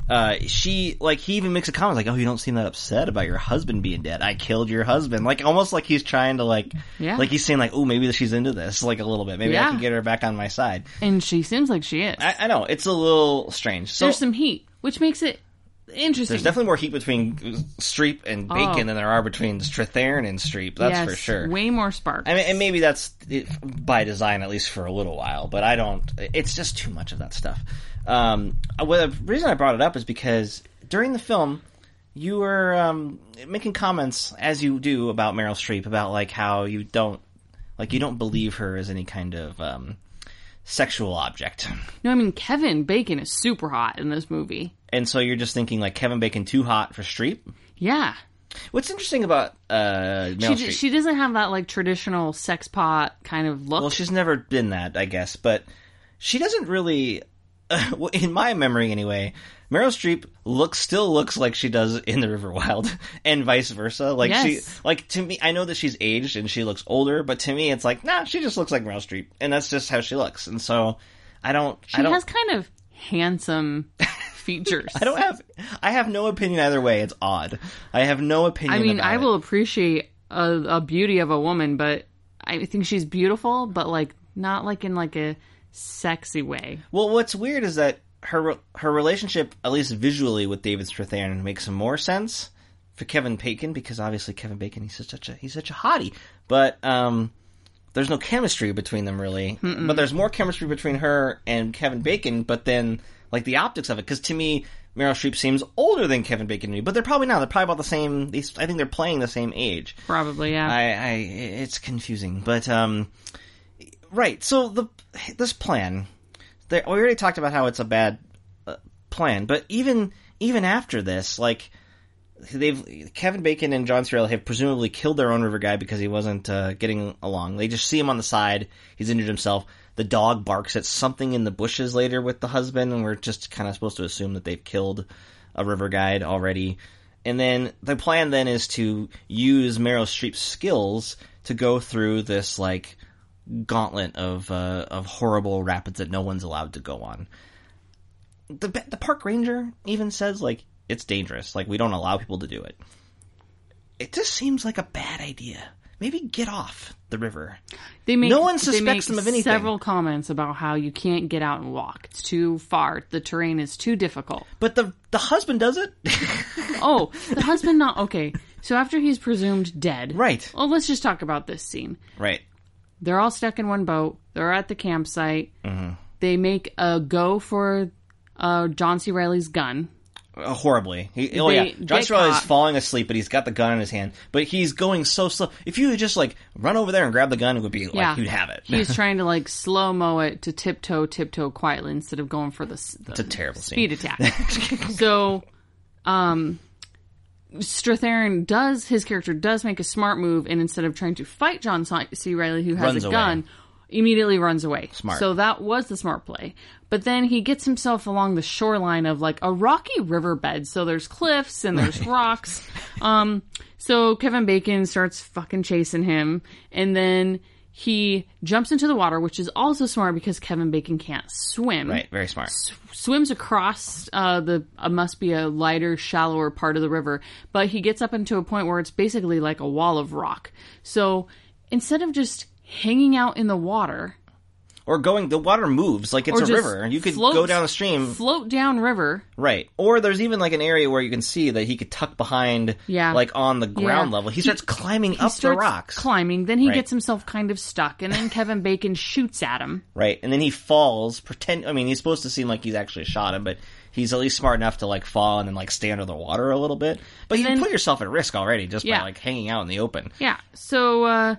E: uh, she, like, he even makes a comment like, "Oh, you don't seem that upset about your husband being dead. I killed your husband." Like, almost like he's trying to like,
D: Yeah.
E: like he's saying like, "Oh, maybe she's into this," like a little bit. Maybe I
D: Yeah.
E: can get her back on my side.
D: And she seems like she is.
E: I, I know it's a little strange. So
D: There's some heat, which makes it interesting.
E: There's definitely more heat between Streep and Bacon
D: Oh.
E: than there are between Strathairn and Streep. That's
D: yes,
E: for sure.
D: Way more spark.
E: I mean, and maybe that's it- by design, at least for a little while. But I don't. It's just too much of that stuff. Um, I- well, the reason I brought it up is because during the film, you were um, making comments as you do about Meryl Streep about like how you don't like you don't believe her as any kind of um, sexual object.
D: no, I mean Kevin Bacon is super hot in this movie.
E: And so you're just thinking like Kevin Bacon too hot for Streep.
D: Yeah,
E: What's interesting about uh, Meryl
D: she
E: Streep?
D: d- she doesn't have that like traditional sex pot kind of look.
E: well, she's never been that, I guess, but she doesn't really. <laughs> well, in my memory, anyway, Meryl Streep looks still looks like she does in The River Wild, <laughs> and vice versa. Like she,
D: Yes.
E: like to me, I know that she's aged and she looks older, but to me, it's like nah, she just looks like Meryl Streep, and that's just how she looks. And so, I don't,
D: she
E: I don't,
D: has kind of
E: <laughs>
D: handsome features.
E: I don't have, I have no opinion either way. It's odd. I have no opinion.
D: I mean,
E: about
D: I
E: it.
D: will appreciate a, a beauty of a woman, but I think she's beautiful, but like not like in like a sexy way.
E: Well, what's weird is that her her relationship, at least visually, with David Strathairn makes some more sense for Kevin Bacon because obviously Kevin Bacon he's such a he's such a hottie, but um, there's no chemistry between them really. But there's more chemistry between her and Kevin Bacon. But then like the optics of it, because to me. Meryl Streep seems older than Kevin Bacon to me, but they're probably not. They're probably about the same. They, I think they're playing the same age.
D: Probably, yeah.
E: I, I it's confusing, but um, right. So the this plan, there, we already talked about how it's a bad uh, plan, but even even after this, like they've Kevin Bacon and John Cyril have presumably killed their own river guy because he wasn't uh, getting along. They just see him on the side; he's injured himself. The dog barks at something in the bushes later with the husband, and we're just kind of supposed to assume that they've killed a river guide already. And then the plan then is to use Meryl Streep's skills to go through this like gauntlet of uh, of horrible rapids that no one's allowed to go on the the park ranger even says like it's dangerous. Like we don't allow people to do it. It just seems like a bad idea. Maybe get off the river.
D: they make,
E: no one
D: they
E: suspects
D: make
E: them of anything.
D: Several comments about how you can't get out and walk. It's too far. The terrain is too difficult.
E: But the the husband does
D: <laughs>
E: it.
D: Oh, the husband not okay. So after he's presumed dead,
E: Right.
D: Well, let's just talk about this scene.
E: right.
D: They're all stuck in one boat. They're at the campsite.
E: Mm-hmm.
D: They make a go for uh, John C. Riley's gun.
E: Uh, horribly. He, oh
D: They
E: yeah. John
D: get
E: Cerullo is
D: caught.
E: falling asleep, but he's got the gun in his hand. But he's going so slow. If you would just like run over there and grab the gun, it would be like
D: Yeah.
E: you'd have it. <laughs>
D: He's trying to like slow mo it to tiptoe, tiptoe quietly instead of going for the, s- the
E: it's a terrible
D: speed
E: scene.
D: attack.
E: <laughs>
D: so, um, Strathairn does his character does make a smart move, and instead of trying to fight John C. Riley, who has
E: Runs
D: a
E: away.
D: gun, immediately runs away.
E: Smart.
D: So that was the smart play. But then he gets himself along the shoreline of like a rocky riverbed. So there's cliffs and there's rocks. Um, so Kevin Bacon starts fucking chasing him, and then. He jumps into the water, which is also smart because Kevin Bacon can't swim
E: Right. Very smart.
D: swims across uh, the uh, must be a lighter, shallower part of the river, but he gets up into a point where it's basically like a wall of rock. So instead of just hanging out in the water,
E: Or going. The water moves like it's
D: or
E: a
D: just
E: river. You could
D: float-
E: go down the stream.
D: float down river.
E: Right. Or there's even like an area where you can see that he could tuck behind,
D: Yeah.
E: like on the ground
D: Yeah.
E: level. He starts climbing up the
D: starts
E: rocks,
D: climbing. Then he
E: Right.
D: gets himself kind of stuck, and then Kevin Bacon shoots at him.
E: right? And then he falls. Pretend. I mean, he's supposed to seem like he's actually shot him, but he's at least smart enough to like fall and then like stay under the water a little bit. But you
D: then-
E: put yourself at risk already just
D: Yeah.
E: by like hanging out in the open.
D: Yeah. So uh,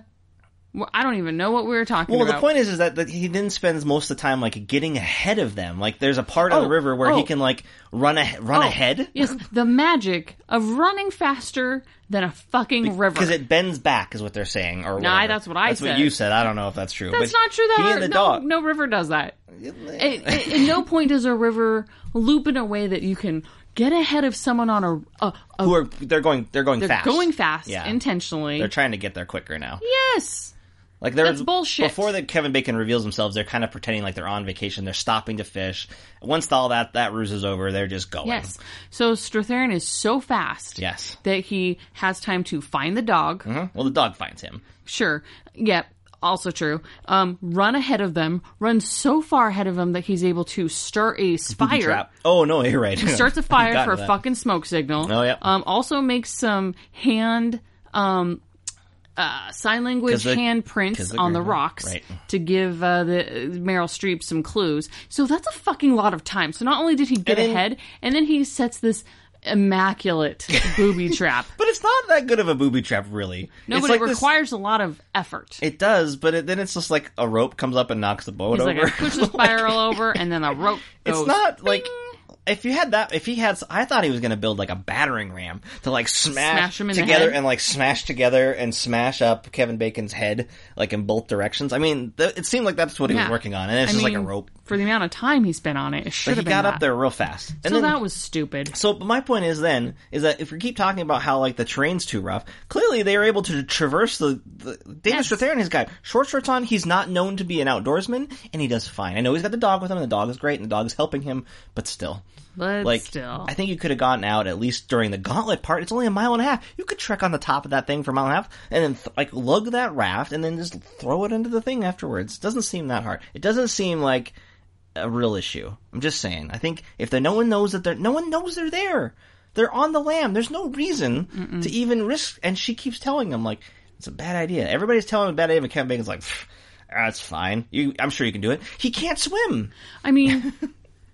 D: Well, I don't even know what we were talking
E: Well,
D: about.
E: the point is, is that, that he then spends most of the time like getting ahead of them. Like, there's a part of the
D: Oh,
E: river where
D: oh.
E: he can like run a, run
D: Oh,
E: ahead
D: Yes, the magic of running faster than a fucking river.
E: because it bends back, is what they're saying. Or
D: Nah,
E: whatever.
D: that's what I
E: That's what
D: said.
E: you said. I don't know if that's true.
D: That's
E: but
D: not true. That
E: He and the
D: no,
E: dog.
D: no river does that. At- at- at no point does a river loop in a way that you can get ahead of someone on a. a, a
E: who are they're going they're going
D: they're
E: fast.
D: going fast
E: Yeah.
D: intentionally.
E: They're trying to get there quicker now.
D: yes.
E: Like there's
D: That's bullshit.
E: Before that, Kevin Bacon reveals themselves. They're kind of pretending like they're on vacation. They're stopping to fish. Once all that that ruse is over, they're just going.
D: Yes. So Strathairn is so fast.
E: Yes.
D: That he has time to find the dog.
E: Well, the dog finds him.
D: Sure. Yep. Also true. Um, run ahead of them. Run so far ahead of them that he's able to stir a
E: Booby
D: fire.
E: trap. Oh no, you're right.
D: starts
E: <laughs>
D: a fire
E: Forgot
D: for a
E: about that.
D: fucking smoke signal.
E: Oh, yep.
D: Um, also makes some hand, um, uh, sign
E: 'Cause
D: language
E: the-
D: hand
E: 'cause
D: prints
E: the
D: on the
E: girl-
D: rocks
E: right.
D: to give uh, the Meryl Streep some clues. So that's a fucking lot of time. So not only did he get
E: And then-
D: ahead, and then he sets this
E: <laughs>
D: immaculate booby trap.
E: But it's not that good of a booby trap, really.
D: No,
E: it's
D: but it
E: like this-
D: requires a lot of effort.
E: it does, but it, then it's just like a rope comes up and knocks the boat
D: He's
E: over.
D: like, I push
E: <laughs>
D: the
E: Like,
D: spiral over, and
E: <laughs>
D: then a rope goes.
E: it's not like if you had that. If he had, I thought he was going to build like a battering ram to like smash,
D: Smash him in the
E: together
D: head?
E: and like smash together and smash up Kevin Bacon's head like in both directions. I mean, th- it seemed like that's what he was
D: Yeah.
E: working on, and it's
D: I
E: just
D: mean,
E: like a rope.
D: for the amount of time he spent on it. It should
E: But he
D: have been
E: got
D: that.
E: up there real fast. And
D: So
E: then-
D: that was stupid.
E: So but my point is then is that if we keep talking about how like the terrain's too rough, clearly they are able to traverse the, the David
D: Yes.
E: Strathairn has got short shorts on. He's not known to be an outdoorsman, and he does fine. I know he's got the dog with him, and the dog is great, and the dog is helping him, but still,
D: But
E: like
D: still,
E: I think you could have gotten out at least during the gauntlet part. It's only a mile and a half. You could trek on the top of that thing for a mile and a half, and then th- like lug that raft, and then just throw it into the thing afterwards. Doesn't seem that hard. It doesn't seem like a real issue. I'm just saying. I think if there, no one knows that they're no one knows they're there. They're on the lam. There's no reason to even risk. And she keeps telling them like it's a bad idea. Everybody's telling him a bad idea. And Kevin Bacon's like, "Pfft, that's fine. You, I'm sure you can do it. He can't swim.
D: I mean,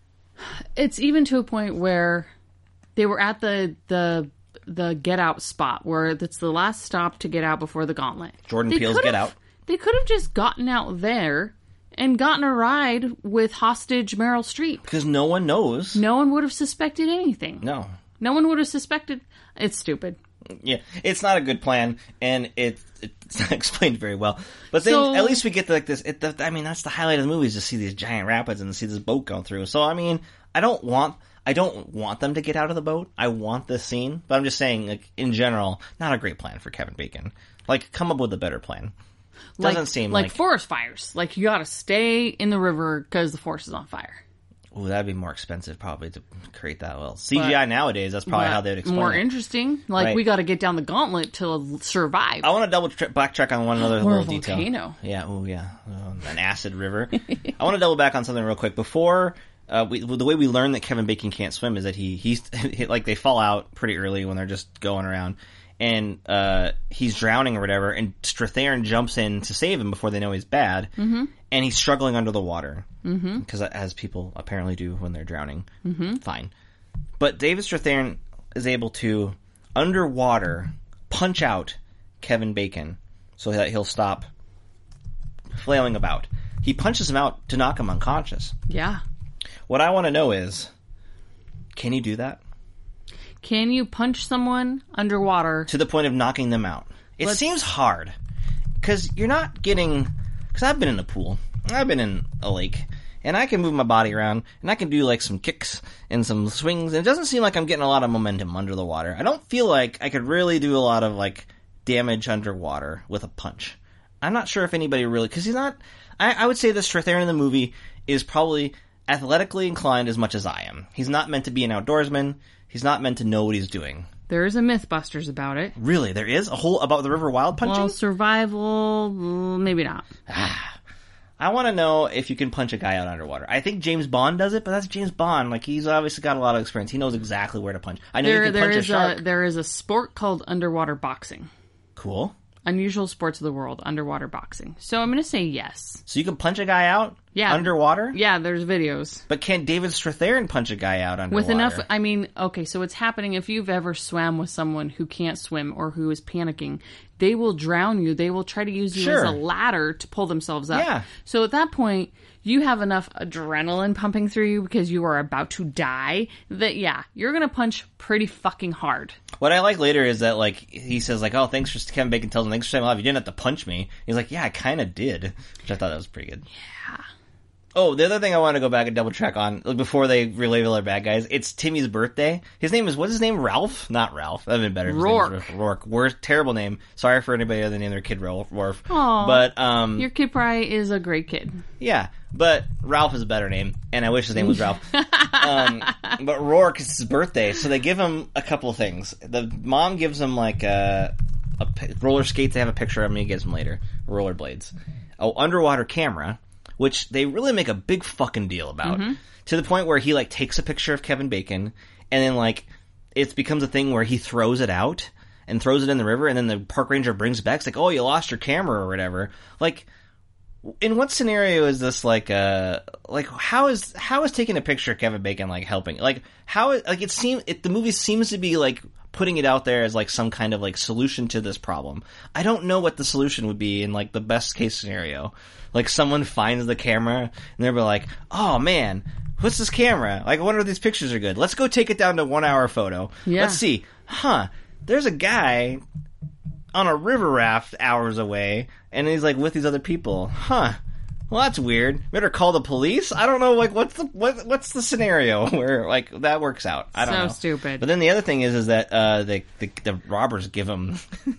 D: <laughs> it's even to a point where they were at the the the get out spot where that's the last stop to get out before the gauntlet.
E: Jordan
D: They
E: Peele's
D: could've-
E: Get Out.
D: They could have just gotten out there and gotten a ride with hostage Meryl Streep.
E: because no one knows.
D: No one would have suspected anything.
E: no.
D: No one would have suspected. It's stupid.
E: Yeah, it's not a good plan, and it it's not <laughs> explained very well. But then
D: So-
E: at least we get to like this. It, the, I mean, that's the highlight of the movie is to see these giant rapids and to see this boat go through. So I mean, I don't want I don't want them to get out of the boat. I want this scene, but I'm just saying, like in general, not a great plan for Kevin Bacon. Like, come up with a better plan. Doesn't
D: like,
E: seem
D: like,
E: like,
D: forest fires. Like you got to stay in the river because the forest is on fire.
E: ooh, that'd be more expensive probably to create that well CGI nowadays. That's probably
D: But
E: how they'd explain
D: more
E: it.
D: interesting. Like
E: Right. Oh.
D: we got to get down the gauntlet to survive.
E: I want to double tri- backtrack on one another
D: Or a
E: little detail.
D: volcano.
E: Yeah. Oh, <laughs> yeah. Oh, an acid river. I want to double back on something real quick before. Uh, we, well, the way we learn that Kevin Bacon can't swim is that he he's <laughs> like they fall out pretty early when they're just going around, and uh, he's drowning or whatever. And Strathairn jumps in to save him before they know he's bad, mm-hmm. and he's struggling under the water because uh, as people apparently do when they're drowning, mm-hmm. fine. But David Strathairn is able to underwater punch out Kevin Bacon so that he'll stop flailing about. He punches him out to knock him unconscious.
D: yeah.
E: What I want to know is, can you do that
D: Can you punch someone underwater?
E: to the point of knocking them out? It
D: Let's-
E: seems hard because you're not getting. Because I've been in a pool, I've been in a lake, and I can move my body around, and I can do like some kicks and some swings. And it doesn't seem like I'm getting a lot of momentum under the water. I don't feel like I could really do a lot of like damage underwater with a punch. I'm not sure if anybody really because he's not. I, I would say the Strathairn in the movie is probably athletically inclined as much as I am. He's not meant to be an outdoorsman. He's not meant to know what he's doing.
D: There is a MythBusters about it.
E: Really, there is a whole about the river wild punching.
D: Well, survival, mm, maybe not.
E: I want to know if you can punch a guy out underwater. I think James Bond does it, but that's James Bond. Like he's obviously got a lot of experience. He knows exactly where to punch. I know you
D: There,
E: can
D: there
E: punch a
D: is a,
E: shark.
D: there is a sport called underwater boxing.
E: Cool.
D: Unusual sports of the world, underwater boxing. So I'm going to say yes.
E: So you can punch a guy out
D: Yeah.
E: underwater?
D: Yeah, there's videos.
E: But can David Strathairn punch a guy out underwater?
D: With enough, I mean, okay, so it's happening. If you've ever swam with someone who can't swim or who is panicking, they will drown you. They will try to use you
E: Sure.
D: as a ladder to pull themselves up.
E: Yeah.
D: So at that point, you have enough adrenaline pumping through you because you are about to die that, yeah, you're going to punch pretty fucking hard.
E: What I like later is that like he says like, "Oh, thanks for Kevin Bacon tells him thanks for saying love. You didn't have to punch me." He's like, "Yeah, I kind of did," which I thought that was pretty good. Yeah. Oh, the other thing I want to go back and double check on like, before they relabel our bad guys, it's Timmy's birthday. His name is what's his name? Ralph? Not Ralph. That'd been better. if his name was
D: Rourke.
E: Rourke. Worst terrible name. Sorry for anybody other than their kid Ralph. Worf.
D: Aw.
E: But um,
D: Your kid Pry is a great kid.
E: yeah, but Ralph is a better name, and I wish his name was Ralph. um, but Rourke is his birthday, so they give him a couple of things. The mom gives him like a, a pi- roller skates. They have a picture of him. He gives him later rollerblades. Oh, underwater camera, which they really make a big fucking deal about, to the point where he like takes a picture of Kevin Bacon, and then like it becomes a thing where he throws it out and throws it in the river, and then the park ranger brings it back. It's like, oh, you lost your camera or whatever. Like in what scenario is this like uh like how is how is taking a picture of Kevin Bacon like helping like how like it seems it, the movie seems to be like putting it out there as like some kind of like solution to this problem. I don't know what the solution would be in like the best case scenario. Like someone finds the camera and they're like, "Oh man, what's this camera? Like I wonder if these pictures are good. Let's go take it down to 1 hour photo.
D: Yeah.
E: Let's see. Huh. There's a guy on a river raft hours away, and he's like with these other people. Huh. Well, that's weird. Better call the police. I don't know. Like, what's the what, what's the scenario <laughs> where like that works out? I don't
D: So
E: know.
D: stupid.
E: But then the other thing is, is that uh, the, the the robbers give him <laughs>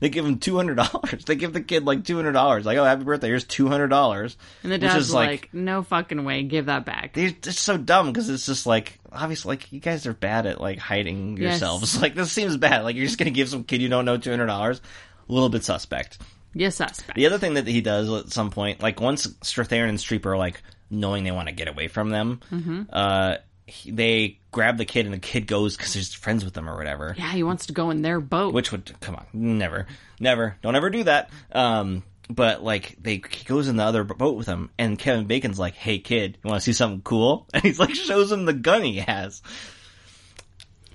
E: they give him two hundred dollars. They give the kid like two hundred dollars. Like, oh, happy birthday. Here's two hundred dollars.
D: And the
E: which
D: dad's
E: is
D: like,
E: like
D: no fucking way, give that back.
E: they- it's so dumb because it's just like obviously like you guys are bad at like hiding
D: Yes.
E: yourselves. <laughs> Like this seems bad. Like you're just gonna give some kid you don't know two hundred dollars. A little bit suspect.
D: yes, suspect.
E: The other thing that he does at some point, like once Strathairn and Streep are like knowing they want to get away from them, uh, he- they grab the kid and the kid goes because he's friends with them or whatever.
D: Yeah, he wants to go in their boat.
E: Which would come on, never, never, don't ever do that. Um, but like they he goes in the other boat with him, and Kevin Bacon's like, "Hey kid, you want to see something cool?" <laughs> And he's like, shows him the gun he has.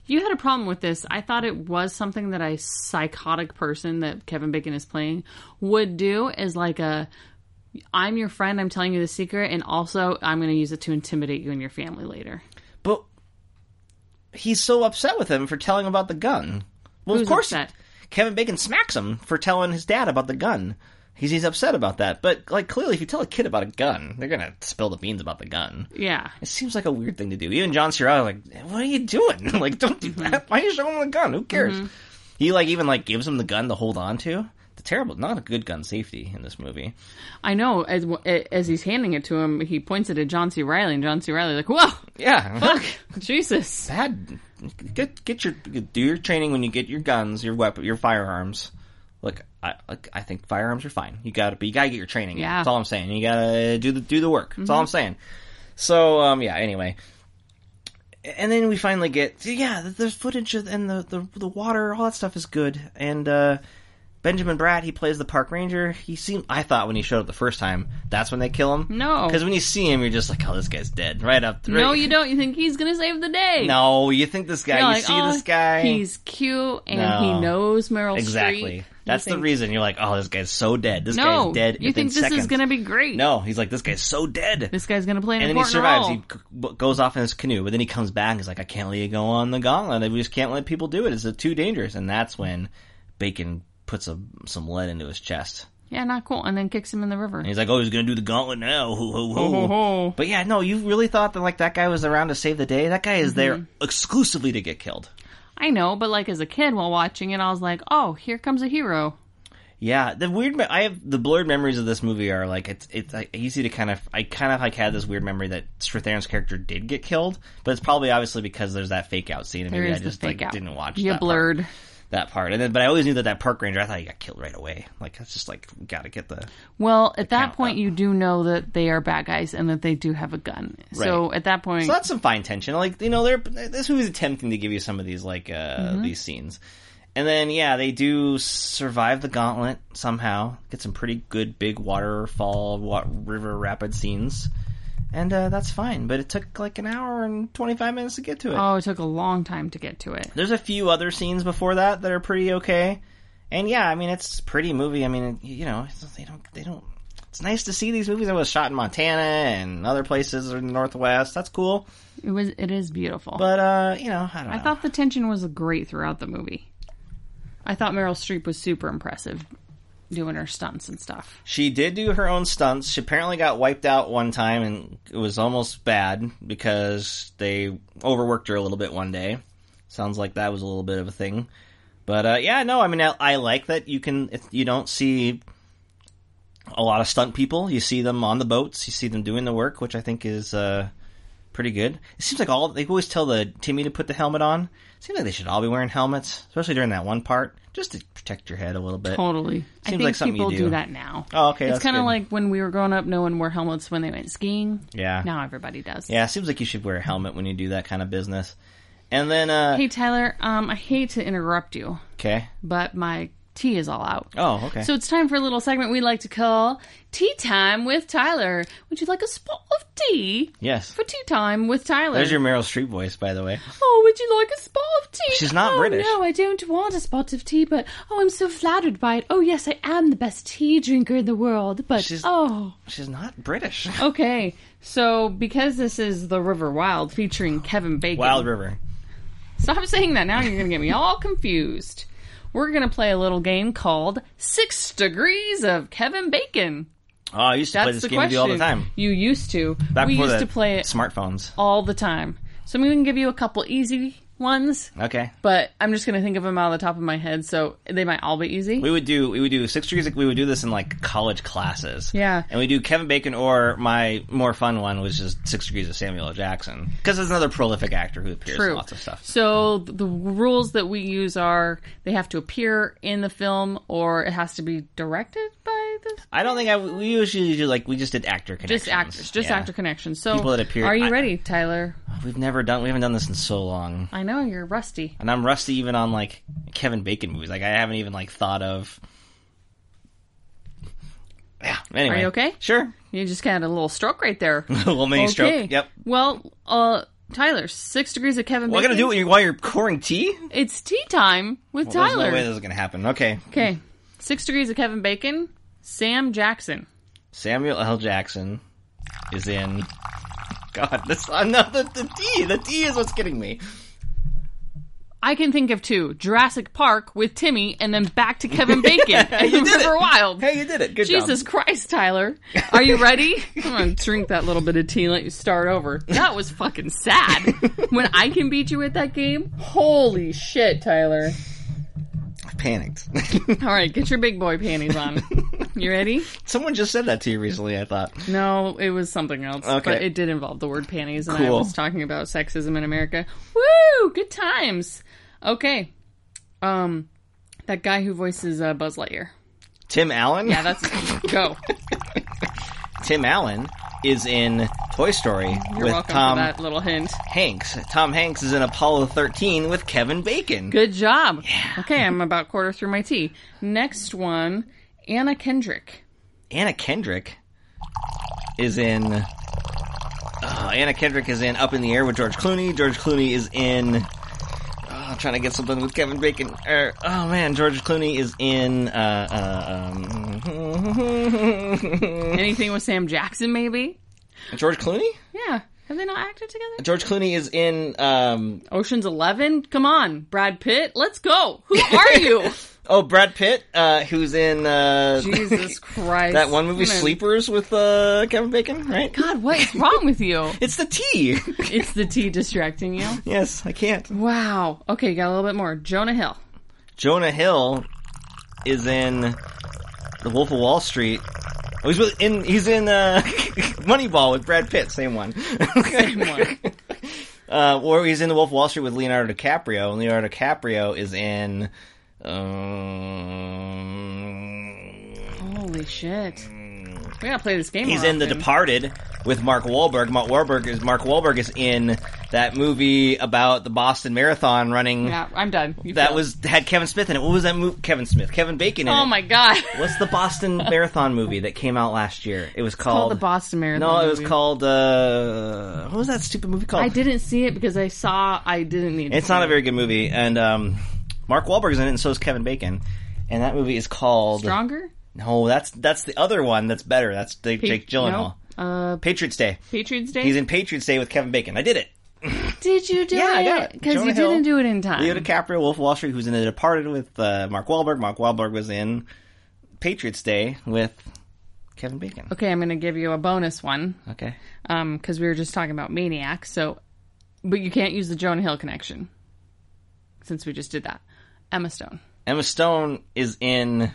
D: You had a problem with this. I thought it was something that a psychotic person that Kevin Bacon is playing would do as like a I'm your friend, I'm telling you the secret, and also I'm going to use it to intimidate you and your family later.
E: But he's so upset with him for telling about the gun. Well,
D: Who's
E: of course,
D: upset?
E: Kevin Bacon smacks him for telling his dad about the gun. He's he's upset about that. But like clearly, if you tell a kid about a gun, they're gonna spill the beans about the gun.
D: Yeah.
E: It seems like a weird thing to do. Even John Cena, like, what are you doing? <laughs> like, don't do that. Why are you showing him the gun? Who cares? He like even like gives him the gun to hold on to. The terrible, not a good gun safety in this movie.
D: I know as as he's handing it to him, he points it at John C. Riley and John C. Riley like, "Whoa, <laughs>
E: Yeah,
D: fuck, Jesus."
E: bad. Get get your do your training when you get your guns, your weapon, your firearms. Look, I like, I think firearms are fine. You got to, but you got to get your training. in.
D: Yeah. Mm-hmm.
E: that's all I'm saying. You got to do the do the work. That's all I'm saying. So um, yeah. Anyway, and then we finally get yeah. th- There's footage of, and the, the the water, all that stuff is good. And uh, Benjamin Bratt, he plays the park ranger. He seemed I thought when he showed up the first time, that's when they kill him.
D: No.
E: because when you see him, you're just like, oh, this guy's dead right up. Right,
D: No, you don't. You think he's going to save the day.
E: no, you think this guy,
D: You're
E: you
D: like,
E: see
D: "Oh,
E: this guy.
D: He's cute and
E: No.
D: he knows Meryl Streep.
E: exactly.
D: You
E: That's the
D: think,
E: reason you're like, oh, this guy's so dead. This
D: No,
E: guy's dead.
D: you
E: within
D: think this
E: seconds.
D: is going to be great?
E: No, he's like, this guy's so dead.
D: This guy's going to play an
E: and then he
D: important
E: survives.
D: role.
E: He c- b- goes off in his canoe, but then he comes back. and He's like, I can't let you go on the gauntlet. We just can't let people do it. It's uh, too dangerous. And that's when Bacon puts a, some lead into his chest.
D: Yeah, not cool. And then kicks him in the river.
E: And he's like, oh, he's gonna do the gauntlet now. Ho, ho, ho.
D: Ho, ho, ho.
E: But yeah, no, you really thought that like that guy was around to save the day? That guy is there
D: Mm-hmm.
E: exclusively to get killed.
D: I know, but like as a kid while watching it, I was like, oh, here comes a hero.
E: Yeah, the weird. me- I have the blurred memories of this movie are like it's it's like, easy to kind of. I kind of like had this weird memory that Strathairn's character did get killed, but it's probably obviously because there's that fake out scene. And
D: There
E: maybe
D: is
E: I just
D: the fake
E: like
D: out.
E: didn't watch.
D: You
E: that
D: blurred.
E: part, that part, and then but I always knew that that park ranger. I thought he got killed right away. Like that's just like got to get the
D: Well, at that
E: count
D: point,
E: up.
D: you do know that they are bad guys and that they do have a gun. So
E: Right.
D: at that point,
E: So that's some fine tension. Like you know, they're this movie's attempting to give you some of these like uh these scenes, And then yeah, they do survive the gauntlet somehow. Get some pretty good big waterfall, wa- river rapid scenes, and uh, that's fine. But it took like an hour and twenty five minutes to get to it.
D: Oh, it took a long time to get to it.
E: There's a few other scenes before that that are pretty okay, and yeah, I mean it's a pretty movie. I mean you know it's- they don't they don't. It's nice to see these movies that was shot in Montana and other places in the Northwest. That's cool,
D: It was. It is beautiful.
E: but uh, you know I don't know.
D: I thought the tension was great throughout the movie. I thought Meryl Streep was super impressive doing her stunts and stuff.
E: She did do her own stunts. She apparently got wiped out one time, and it was almost bad because they overworked her a little bit one day. Sounds like that was a little bit of a thing. But uh, yeah, no, I mean, I, I like that you can if you don't see a lot of stunt people. You see them on the boats. You see them doing the work, which I think is uh, pretty good. It seems like all they always tell the Timmy to put the helmet on. It seems like they should all be wearing helmets, especially during that one part, just to protect your head a little bit.
D: Totally. I
E: Seems
D: think
E: like something you
D: people
E: do.
D: that now.
E: Oh, okay,
D: It's
E: that's
D: kind of
E: good.
D: like when we were growing up, no one wore helmets when they went skiing.
E: Yeah.
D: Now everybody does.
E: Yeah, it seems like you should wear a helmet when you do that kind of business. And then, uh,
D: Hey Tyler, um, I hate to interrupt you,
E: okay.
D: but my tea is all out.
E: Oh, okay.
D: So it's time for a little segment we like to call Tea Time with Tyler. Would you like a spot of tea
E: yes.
D: for tea time with Tyler?
E: There's your Meryl Streep voice, by the way.
D: Oh, would you like a spot of tea?
E: She's not
D: oh,
E: British.
D: No, I don't want a spot of tea, but oh, I'm so flattered by it. Oh, yes, I am the best tea drinker in the world, but
E: She's-
D: oh.
E: She's not British.
D: Okay, so because this is The River Wild featuring Kevin Bacon.
E: <laughs> Wild River.
D: Stop saying that now, you're going to get me all confused. We're going to play a little game called Six Degrees of Kevin Bacon.
E: Oh, I used to
D: That's
E: play this
D: the
E: game with
D: question.
E: you all the time.
D: You used to.
E: Back
D: we
E: before
D: used
E: the
D: to play it
E: Smartphones.
D: all the time. So I'm going to give you a couple easy ones
E: Okay.
D: but I'm just gonna think of them out of the top of my head, so they might all be easy.
E: We would do, we would do six degrees, we would do this in like college classes.
D: Yeah.
E: And we do Kevin Bacon or my more fun one was just six degrees of Samuel L. Jackson. Because there's another prolific actor who appears in
D: True.
E: lots of stuff.
D: So th- the rules that we use are they have to appear in the film, or it has to be directed by the
E: I don't think I, we usually do like, we just did actor connections.
D: just actors, just
E: Yeah.
D: actor connections. So
E: People that appear-
D: Are you
E: I-
D: ready, Tyler?
E: We've never done, we haven't done this in so long.
D: I know you're rusty.
E: and I'm rusty even on like Kevin Bacon movies. Like I haven't even like thought of. Yeah. Anyway,
D: Are you okay?
E: Sure. <laughs>
D: You just kind of a little stroke right there.
E: a little mini stroke. Yep.
D: Well, uh, Tyler, Six Degrees of Kevin.
E: We're
D: Bacon.
E: gonna do it you- while you're pouring tea.
D: It's tea time with
E: Well, There's
D: Tyler.
E: no way this is gonna happen. Okay.
D: okay, Six Degrees of Kevin Bacon. Sam Jackson.
E: Samuel L. Jackson is in. God, this uh, no, the, the tea. The tea is what's getting me.
D: I can think of two: Jurassic Park with Timmy, and then back to
E: <laughs>
D: Kevin Bacon and the
E: did
D: River
E: it.
D: Wild.
E: Hey, you did it. Good job.
D: Jesus Christ, Tyler, are you ready? <laughs> I'm gonna drink that little bit of tea and let you start over. That was fucking
E: <laughs>
D: sad. when I can beat you at that game, holy shit, Tyler!
E: I panicked.
D: All right, get your big boy panties on. You ready?
E: <laughs> Someone just said that to you recently. I thought.
D: No, it was something else, but
E: Okay.
D: it did involve the word panties, and I
E: Cool.
D: was talking about sexism in America. Woo! Good times. Okay, um, that guy who voices uh, Buzz Lightyear.
E: Tim Allen.
D: Yeah,
E: <laughs>
D: that's go.
E: Tim Allen is in Toy Story
D: You're
E: with
D: welcome
E: Tom
D: for that little hint.
E: Hanks. Tom Hanks is in Apollo 13 with Kevin Bacon.
D: Good job. Okay, I'm about quarter through my tea. Next one, Anna Kendrick.
E: Anna Kendrick is in. uh, Anna Kendrick is in Up in the Air with George Clooney. George Clooney is in. oh, I'm trying to get something with Kevin Bacon. Er, oh man, George Clooney is in. um, Uh, uh, um,
D: Anything with Sam Jackson, maybe?
E: <laughs> George Clooney?
D: Yeah. Have they not acted together?
E: George Clooney is in. Um,
D: Ocean's Eleven? Come on, Brad Pitt. Let's go. Who <laughs> are you?
E: oh, Brad Pitt, uh, who's in. Uh,
D: Jesus Christ.
E: <laughs> That one movie,
D: I'm gonna-
E: Sleepers, with uh, Kevin Bacon, right?
D: God, what is wrong with you?
E: It's the tea.
D: It's the tea distracting you.
E: <laughs> yes, I can't.
D: Wow. Okay, got a little bit more. Jonah Hill.
E: Jonah Hill is in The Wolf of Wall Street. Oh, he's with, in he's in uh, <laughs> Moneyball with Brad Pitt, same one. same
D: one.
E: <laughs> Uh, or he's in The Wolf of Wall Street with Leonardo DiCaprio, and Leonardo DiCaprio is in. Um,
D: Holy shit. We gotta play this game.
E: Mm. he's
D: more
E: in The
D: often.
E: Departed with Mark Wahlberg. Mark Wahlberg is Mark Wahlberg is in that movie about the Boston Marathon running.
D: Yeah, I'm done. You
E: That
D: failed.
E: was had Kevin Smith in it. What was that movie? Kevin Smith, Kevin Bacon. In
D: Oh
E: it.
D: my god.
E: What's the
D: <laughs>
E: Boston Marathon movie that came out last year? It was
D: called
E: called,
D: the Boston Marathon?
E: No, it was
D: movie.
E: called. uh What was that stupid movie called?
D: I didn't see it because I saw I didn't need.
E: It's
D: to
E: not a very good movie, and um, Mark Wahlberg's in it, and so is Kevin Bacon. And that movie is called
D: stronger.
E: No, that's that's the other one that's better. That's the,
D: Pa-
E: Jake Gyllenhaal.
D: no, uh,
E: Patriots Day.
D: Patriots Day.
E: He's in Patriots Day with Kevin Bacon. I did it.
D: Did you do
E: Yeah, I
D: it?
E: got it.
D: Because you
E: Jonah Hill,
D: didn't do it in time.
E: Leo DiCaprio, Wolf of Wall Street, who's in The Departed with uh, Mark Wahlberg. Mark Wahlberg was in Patriots Day with Kevin Bacon.
D: okay, I'm going to give you a bonus one
E: Okay.
D: because we were just talking about Maniac. So, but you can't use the Jonah Hill connection since we just did that. Emma Stone.
E: Emma Stone is in.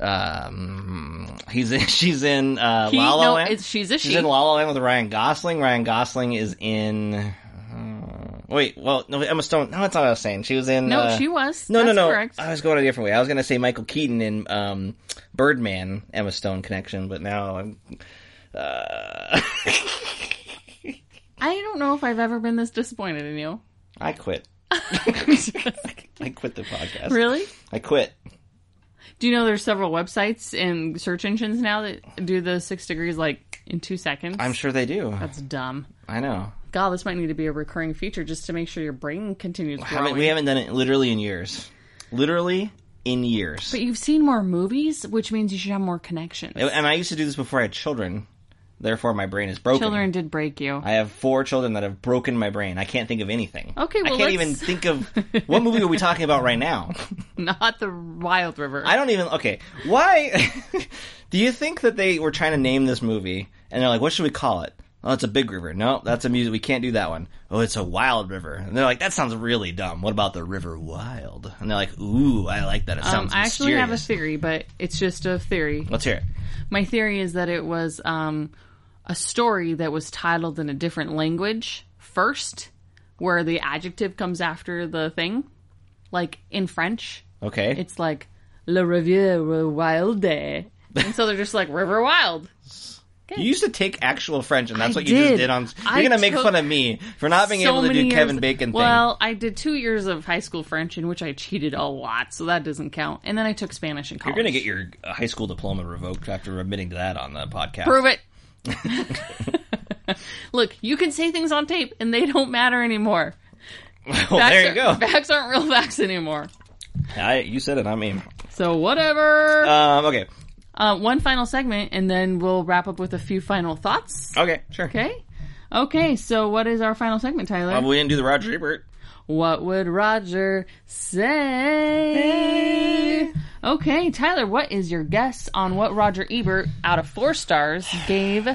E: Um, he's in, <laughs> she's in uh,
D: He-
E: La La
D: no,
E: Land.
D: it's- she's a
E: she's
D: she.
E: in La La Land with Ryan Gosling. Ryan Gosling is in. uh, wait, well, no, Emma Stone. No, that's not what I was saying. She was in.
D: No,
E: uh,
D: she was.
E: No,
D: That's
E: no, Uh, no.
D: Correct.
E: I was going a different way. I was going to say Michael Keaton in um, Birdman, Emma Stone connection, but now I'm. Uh,
D: I don't know if I've ever been this disappointed in <laughs> you.
E: I quit. I quit the podcast.
D: Really?
E: I quit.
D: Do you know there's several websites and search engines now that do the six degrees like in two seconds?
E: I'm sure they do.
D: That's dumb.
E: I know.
D: God, this might need to be a recurring feature just to make sure your brain continues growing.
E: Haven't, we haven't done it literally in years. Literally in years.
D: But you've seen more movies, which means you should have more connections.
E: and I used to do this before I had children. Therefore, my brain is broken.
D: Children did break you.
E: I have four children that have broken my brain. I can't think of anything.
D: Okay, well,
E: I
D: let's-
E: can't even
D: <laughs>
E: think of what movie are we talking about right now.
D: Not the Wild River.
E: I don't even. Okay, why <laughs> do you think that they were trying to name this movie? And they're like, "What should we call it?" Oh, it's a big river. No, that's a music. We can't do that one. Oh, it's a wild river. And they're like, "That sounds really dumb." What about the river wild? And they're like, "Ooh, I like that. It
D: um,
E: sounds
D: I actually have a
E: mysterious."
D: theory, but it's just a theory.
E: Let's hear it.
D: My theory is that it was um, a story that was titled in a different language first, where the adjective comes after the thing. Like in French,
E: Okay,
D: it's like La Riviere Wilde. And so they're just like River Wild.
E: you used to take actual French, and that's
D: I
E: what you just
D: did.
E: did. On you're
D: I
E: gonna make
D: took
E: fun of me for not being able to do
D: many
E: Kevin
D: years-
E: Bacon
D: Well, I did two years of high school French in which I cheated a lot, so that doesn't count. And then I took Spanish in
E: thing.
D: college.
E: You're gonna get your uh, high school diploma revoked after admitting to that on the podcast.
D: prove it. <laughs> Look, you can say things on tape, and they don't matter anymore.
E: <laughs> well, there
D: Facts <laughs>
E: you go.
D: are- Facts aren't real facts anymore.
E: I, you said it. I mean,
D: So whatever. Uh,
E: um, okay,
D: one final segment, and then we'll wrap up with a few final thoughts.
E: okay, sure.
D: Okay. Okay. So what is our final segment, Tyler?
E: Well, we didn't do the Roger Ebert.
D: What would Roger say? Okay, Tyler, what is your guess on what Roger Ebert, out of four stars, gave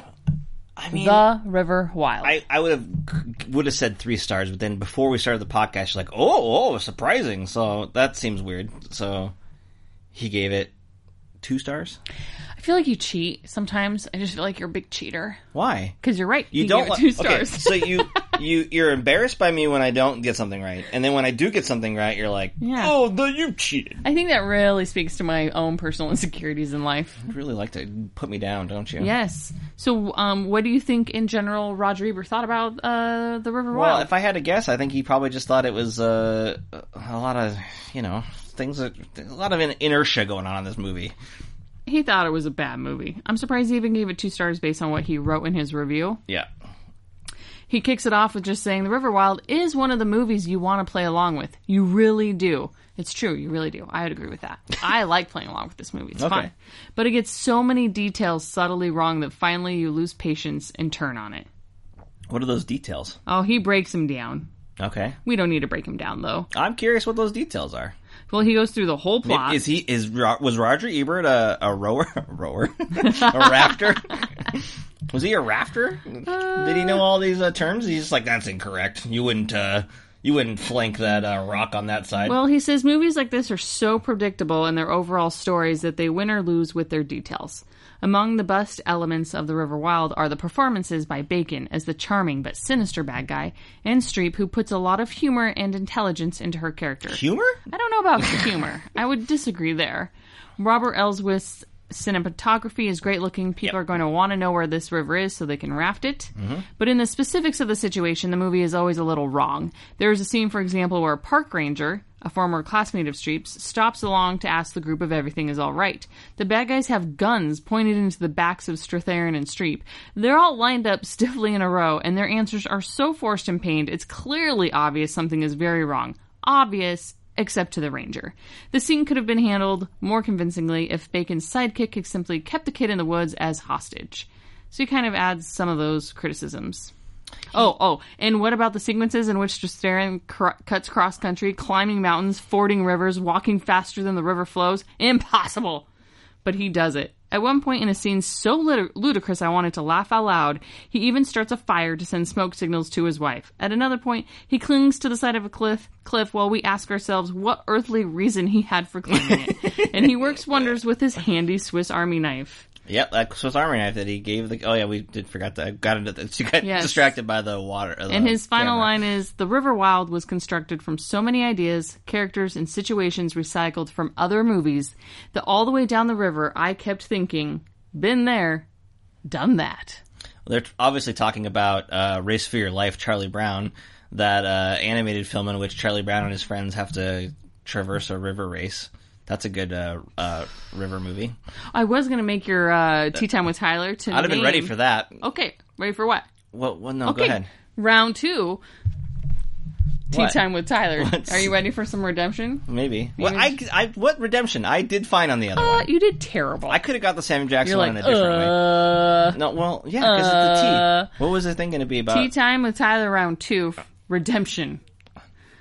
E: I mean,
D: The River Wild?
E: I, I would have would have said three stars, but then before we started the podcast, you're like, oh, oh, surprising. So that seems weird. So he gave it two stars.
D: I feel like you cheat sometimes. I just feel like you're a big cheater
E: Why?
D: because you're right.
E: You
D: he
E: don't
D: gave it
E: li-
D: two stars.
E: <laughs> Okay, so
D: <laughs>
E: you you you're embarrassed by me when I don't get something right, and then when I do get something right, you're like,
D: Yeah.
E: oh, no, you cheated.
D: I think that really speaks to my own personal insecurities in life.
E: You really like to put me down, don't you?
D: Yes. So, um, what do you think in general Roger Ebert thought about uh, The River
E: Well,
D: Wild?
E: if I had to guess, I think he probably just thought it was uh, a lot of, you know, things that a lot of in- inertia going on in this movie.
D: he thought it was a bad movie. I'm surprised he even gave it two stars based on what he wrote in his review.
E: Yeah.
D: He kicks it off with just saying The River Wild is one of the movies you want to play along with. You really do. It's true, you really do. I would agree with
E: <laughs>
D: that. I like playing along with this movie. It's
E: Okay.
D: fun. But it gets so many details subtly wrong that finally you lose patience and turn on it.
E: What are those details?
D: Oh, he breaks him down.
E: Okay.
D: We don't need to break him down though.
E: I'm curious what those details are.
D: Well, he goes through the whole plot.
E: Is he is Ro- was Roger Ebert a, a rower, <laughs> a
D: <laughs>
E: rower, a rafter? was he a rafter? Did he know all these uh, terms? He's just like that's incorrect. You wouldn't uh, you wouldn't flank that uh, rock on that side.
D: Well, he says movies like this are so predictable in their overall stories that they win or lose with their details. Among the best elements of The River Wild are the performances by Bacon as the charming but sinister bad guy, and Streep, who puts a lot of humor and intelligence into her character.
E: Humor?
D: I don't know about the humor. I would disagree there. Robert Ellsworth's cinematography is great looking. People are going to want to know where this river is so they can raft it. But in the specifics of the situation, the movie is always a little wrong. There is a scene, for example, where a park ranger, a former classmate of Streep's, stops along to ask the group if everything is all right. The bad guys have guns pointed into the backs of Strathairn and Streep. They're all lined up <laughs> stiffly in a row, and their answers are so forced and pained, it's clearly obvious something is very wrong. Obvious except to the ranger. The scene could have been handled more convincingly if Bacon's sidekick had simply kept the kid in the woods as hostage. So he kind of adds some of those criticisms. Oh, oh, and what about the sequences in which Strathairn cr- cuts cross country, climbing mountains, fording rivers, walking faster than the river flows? Impossible! But he does it. At one point in a scene so lit- ludicrous I wanted to laugh out loud, he even starts a fire to send smoke signals to his wife. At another point, he clings to the side of a cliff, cliff while we ask ourselves what earthly reason he had for climbing it. and he works wonders with his handy Swiss army knife.
E: Yep, that Swiss Army knife that he gave the. Oh yeah, we did forgot that. I got into that. She <laughs> got
D: Yes.
E: distracted by the water. uh, the
D: And his final
E: camera.
D: line is The River Wild was constructed from so many ideas, characters, and situations recycled from other movies that all the way down the river I kept thinking, been there, done that.
E: They're obviously talking about uh, Race for Your Life, Charlie Brown, that uh, animated film in which Charlie Brown and his friends have to traverse a river race. That's a good uh, uh, river movie.
D: I was going to make your uh, Tea Time with Tyler to
E: I'd have been ready for that.
D: Okay, ready for what?
E: Well, well no, go
D: Okay,
E: ahead.
D: round two. Tea
E: What?
D: Time with Tyler.
E: What's-
D: Are you ready for some redemption?
E: Maybe. Well, I, I, what redemption? I did fine on the other
D: Uh,
E: one.
D: you did terrible.
E: I could have got the Sam Jackson
D: You're like,
E: one in a different way.
D: uh,
E: No, well, yeah, because
D: uh,
E: it's the T. What was the thing going to be about?
D: Tea Time with Tyler, round two. Redemption.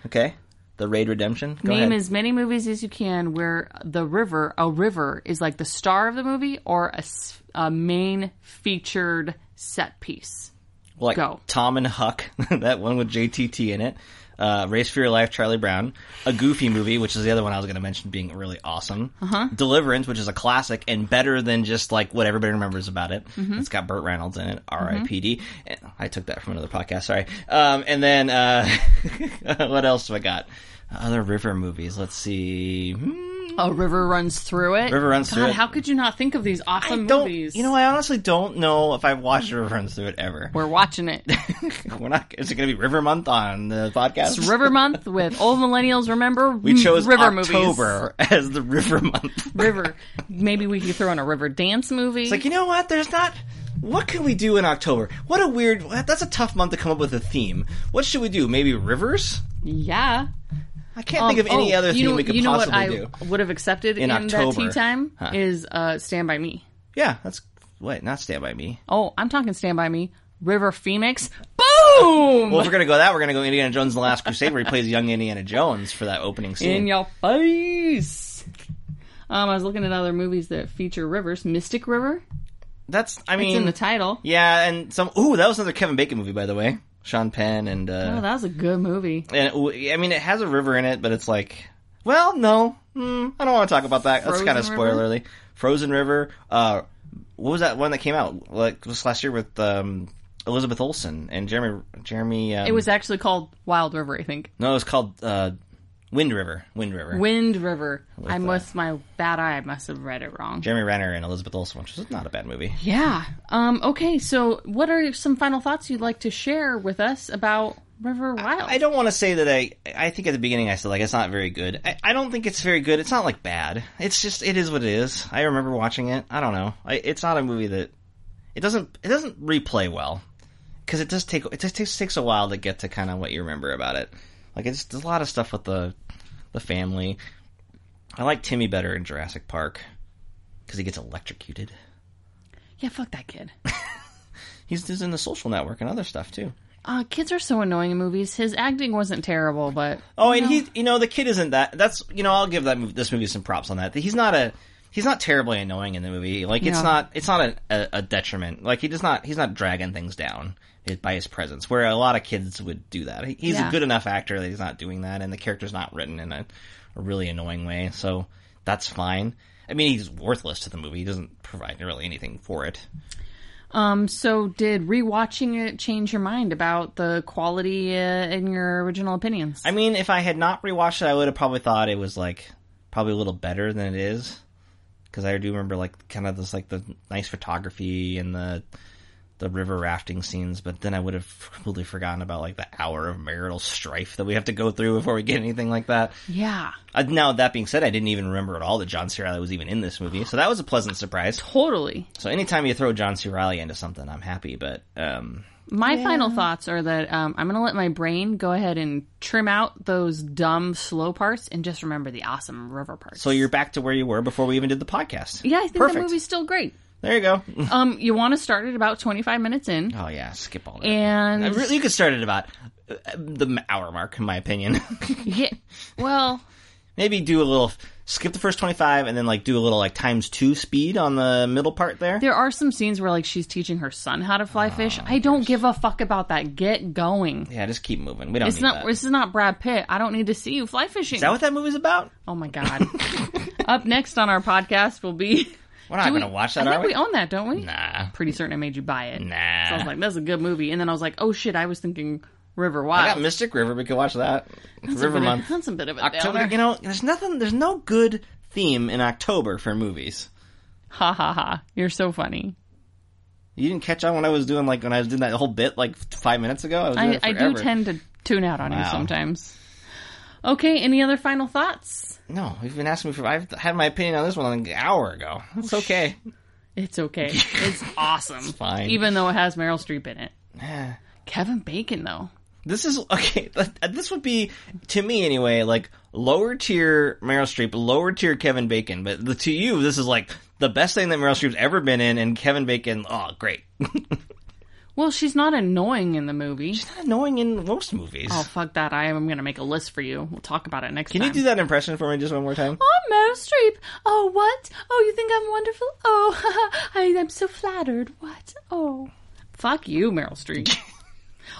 E: okay, the Raid Redemption. Go
D: Name
E: ahead.
D: as many movies as you can where the river, a river, is like the star of the movie or a, s- a main featured set piece.
E: like
D: go.
E: Tom and Huck, <laughs> that one with JTT in it. Uh, Race for Your Life, Charlie Brown, a Goofy movie, which is the other one I was going to mention being really awesome.
D: Uh-huh.
E: Deliverance, which is a classic and better than just like what everybody remembers about it.
D: Mm-hmm.
E: It's got Burt Reynolds in it, R.I.P.D. And Eh, I took that from another podcast. Sorry. Um, and then uh, <laughs> what else have I got? Other river movies. Let's see. Hmm.
D: A river runs through it.
E: River runs
D: God,
E: through it.
D: How could you not think of these awesome
E: I don't.
D: movies?
E: You know, I honestly don't know if I've watched River Runs Through It ever.
D: we're watching it.
E: <laughs> We're not. Is it going to be River Month on the podcast?
D: It's River Month with old millennials. Remember, Mm,
E: We chose
D: river movies.
E: October <laughs> as the river month.
D: River. Maybe we could throw in a river dance movie.
E: It's <laughs> like you know what? There's not. What can we do in October? What a weird. That's a tough month to come up with a theme. What should we do? Maybe rivers?
D: yeah.
E: I can't think of
D: Um,
E: any
D: oh,
E: other
D: you
E: theme
D: know,
E: we could
D: you know
E: possibly
D: what I
E: do.
D: would have accepted
E: In
D: in, that tea
E: October.
D: time
E: Huh.
D: is uh, Stand by Me.
E: Yeah, that's what. Not Stand by Me.
D: Oh, I'm talking Stand By Me. River Phoenix. Boom!
E: Well, if we're gonna go that, we're gonna go Indiana Jones and the Last Crusade, where he plays young Indiana Jones for that opening scene.
D: In your face. Um, I was looking at other movies that feature rivers. Mystic River.
E: that's. I
D: It's
E: mean,
D: in the title.
E: yeah, and some. Ooh, that was another Kevin Bacon movie, by the way. Sean Penn and. Uh,
D: Oh, that was a good movie.
E: and it- I mean it has a river in it, but it's like, well, no, mm, I don't want to talk about that.
D: Frozen
E: That's kind
D: River?
E: of spoilerly. Frozen River. Uh, what was that one that came out like just last year with um, Elizabeth Olsen and Jeremy? Jeremy. Um,
D: It was actually called Wild River, I think.
E: no, it was called uh, Wind River. Wind River.
D: Wind River. I
E: that.
D: must my bad eye. I must have read it wrong.
E: Jeremy Renner and Elizabeth Olsen, which is not a bad movie.
D: Yeah. Um. Okay. So, what are some final thoughts you'd like to share with us about River Wild?
E: I don't want to say that I. I think at the beginning I said like it's not very good. I, I don't think it's very good. It's not like bad. It's just it is what it is. I remember watching it. I don't know. I, it's not a movie that it doesn't it doesn't replay well because it does take it just takes, takes a while to get to kind of what you remember about it. Like it's there's a lot of stuff with the the family. I like Timmy better in Jurassic Park because he gets electrocuted.
D: yeah. Fuck that kid.
E: He's, he's in the Social Network and other stuff too.
D: Uh, kids are so annoying in movies. His acting wasn't terrible, but
E: Oh, and he, you know, the kid isn't that. That's, you know, I'll give that mov- this movie some props on that. He's not a, he's not terribly annoying in the movie. Like it's
D: No.
E: not, it's not a, a, a detriment. Like he does not, he's not dragging things down by his presence, where a lot of kids would do that. He- He's
D: Yeah.
E: a good enough actor that he's not doing that, and the character's not written in a, a really annoying way. So that's fine. I mean, he's worthless to the movie. He doesn't provide really anything for it.
D: Um, so did rewatching it change your mind about the quality uh, in your original opinions?
E: I mean, if I had not rewatched it, I would have probably thought it was like probably a little better than it is. because I do remember like kind of this like the nice photography and the the river rafting scenes, but then I would have completely forgotten about like the hour of marital strife that we have to go through before we get anything like that.
D: Yeah.
E: Uh, now that being said, I didn't even remember at all that John C. Reilly was even in this movie, so that was a pleasant surprise.
D: Totally.
E: So anytime you throw John C. Reilly into something, I'm happy. But um,
D: My final thoughts are that um, I'm going to let my brain go ahead and trim out those dumb slow parts and just remember the awesome river parts.
E: so you're back to where you were before we even did the podcast.
D: yeah, I think
E: perfect.
D: the movie's still great.
E: There you go. <laughs>
D: Um, you want to start at about 25 minutes in,
E: oh yeah, skip all that.
D: and
E: I really, you could start at about uh, the hour mark, in my opinion. <laughs>
D: yeah, well,
E: Maybe do a little, skip the first 25 and then like do a little like times two speed on the middle part there.
D: there are some scenes where like she's teaching her son how to
E: Ah,
D: fly fish. I don't give a fuck about that. Get going.
E: Yeah, just keep moving. We don't
D: It's
E: need
D: not.
E: that.
D: This is not Brad Pitt. I don't need to see you fly fishing.
E: Is that what that movie's about?
D: oh my god. <laughs> Up next on our podcast will be.
E: We're not
D: Do
E: going
D: we-
E: to watch that,
D: I
E: are
D: think
E: we?
D: we own that, don't we?
E: nah.
D: Pretty certain I made you buy it.
E: Nah.
D: So I was like, that's a good movie. And then I was like, oh shit, I was thinking River
E: I
D: Wild.
E: got Mystic River. We could watch that.
D: That's a
E: River
D: bit of-
E: Month.
D: that's a bit of a
E: October.
D: downer.
E: You know, there's nothing, there's no good theme in October for movies.
D: Ha ha ha. You're so funny.
E: You didn't catch on when I was doing like, when I was doing that whole bit like five minutes ago? I was doing
D: I,
E: it
D: I do
E: forever.
D: tend to tune out on you
E: Wow.
D: sometimes. Okay, any other final thoughts?
E: No, you've been asking me for, I've had my opinion on this one like an hour ago. It's okay.
D: It's
E: <laughs>
D: okay. It's awesome.
E: fine.
D: Even though it has Meryl Streep in it. Kevin Bacon, though.
E: This is okay. th- This would be to me anyway, like lower tier Meryl Streep, lower tier Kevin Bacon. But the, to you, this is like the best thing that Meryl Streep's ever been in, and Kevin Bacon. Oh, great! <laughs>
D: Well, she's not annoying in the movie.
E: Annoying in most movies.
D: Oh, fuck that. I am going to make a list for you. We'll talk about it next
E: Can
D: time.
E: you do that impression for me just one more time?
D: I'm Meryl Streep. Oh, what? Oh, you think I'm wonderful? Oh, <laughs> I, am so flattered. What? Oh. Fuck you, Meryl
E: <laughs>
D: Streep.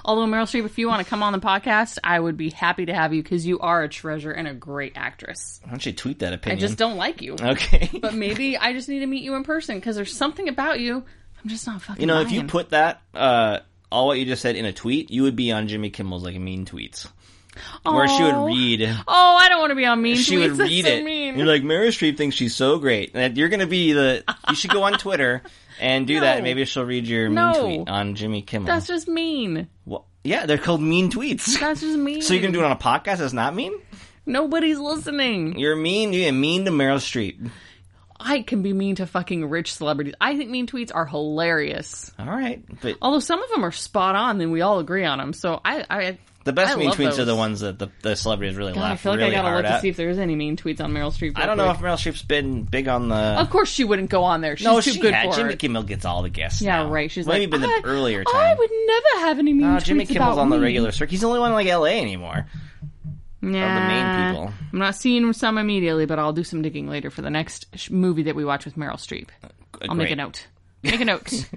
D: Although, Meryl Streep, if you want to come on the podcast, I would be happy to have you because you are a treasure and a great actress.
E: Why don't you tweet that
D: I
E: opinion?
D: just don't like you.
E: <laughs> Okay.
D: <laughs> But maybe I just need to meet you in person because there's something about you. I'm just not fucking
E: you know, if you
D: buying.
E: put that uh, all what you just said in a tweet, you would be on Jimmy Kimmel's like mean tweets, where she
D: Aw.
E: would read.
D: Oh, I don't want to be on mean
E: she
D: tweets. <laughs>
E: would
D: That's
E: read
D: so
E: it.
D: mean.
E: You're like Meryl Streep thinks she's so great. And you're gonna be the. You should go on Twitter and do that.
D: No.
E: Maybe she'll read your
D: No.
E: mean tweet on Jimmy Kimmel.
D: That's just mean.
E: Well, yeah, they're called mean tweets.
D: That's just mean.
E: so you can do it on a podcast. That's not mean.
D: Nobody's listening.
E: You're mean. You're mean to Meryl Streep.
D: I can be mean to fucking rich celebrities. I think mean tweets are hilarious.
E: All right, but
D: Although some of them are spot on, then we all agree on them. So I, I,
E: the best
D: I
E: mean
D: love
E: tweets are
D: those.
E: the ones that the, the celebrities really
D: God,
E: laugh
D: I feel like
E: really
D: I gotta
E: hard
D: look
E: at.
D: to see if there's any mean tweets on Meryl Streep.
E: I
D: real
E: don't know if
D: quick.
E: Meryl Streep's been big on the.
D: of course, she wouldn't go on there. She's
E: no,
D: Oh, too
E: she
D: good
E: had.
D: for
E: Jimmy
D: it.
E: Kimmel gets all the guests.
D: yeah,
E: now.
D: right. She's
E: maybe
D: like,
E: been the
D: I,
E: earlier time.
D: I would never have any mean
E: No,
D: tweets
E: Jimmy Kimmel's
D: about
E: on the
D: me.
E: regular circuit. He's the only one like LA anymore.
D: nah,
E: the main people.
D: I'm not seeing some immediately, but I'll do some digging later for the next sh- movie that we watch with Meryl Streep. I'll make a
E: Great.
D: note. Make a note.
E: <laughs>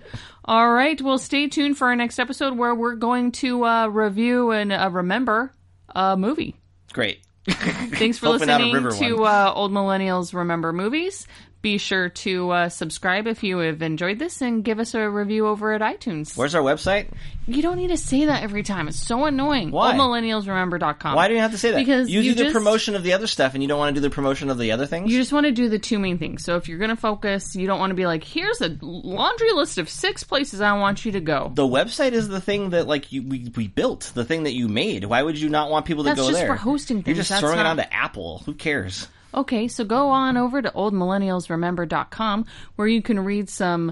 D: All right. Well, stay tuned for our next episode where we're going to uh, review and uh, remember a movie.
E: Great.
D: Thanks
E: <laughs>
D: for
E: Hopefully not a
D: listening
E: river
D: to
E: one.
D: uh, Old Millennials Remember Movies. Be sure to uh, subscribe if you have enjoyed this and give us a review over at iTunes.
E: Where's our website?
D: You don't need to say that every time. It's so annoying.
E: Why?
D: OldMillennialsRemember.com.
E: Why do you have to say that?
D: Because
E: you,
D: you
E: do the
D: just-
E: promotion of the other stuff, and you don't want to do the promotion of the other things.
D: you just want to do the two main things. So if you're going to focus, you don't want to be like, here's a laundry list of six places I want you to go.
E: the website is the thing that like you, we we built, the thing that you made. Why would you not want people to
D: That's
E: go
D: just
E: there?
D: for hosting
E: You're
D: things.
E: just
D: That's
E: throwing
D: not-
E: it onto Apple. Who cares?
D: Okay, so go on over to oldmillennialsremember.com where you can read some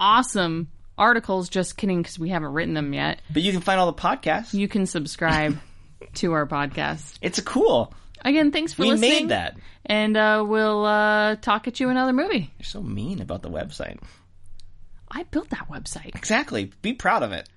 D: awesome articles. Just kidding, because we haven't written them yet.
E: But you can find all the podcasts.
D: You can
E: <laughs>
D: subscribe to our podcast.
E: It's cool.
D: Again, thanks for
E: We
D: listening.
E: made that.
D: And uh, we'll uh, talk at you another movie.
E: You're so mean about the website.
D: I built that website.
E: Exactly. Be proud of it.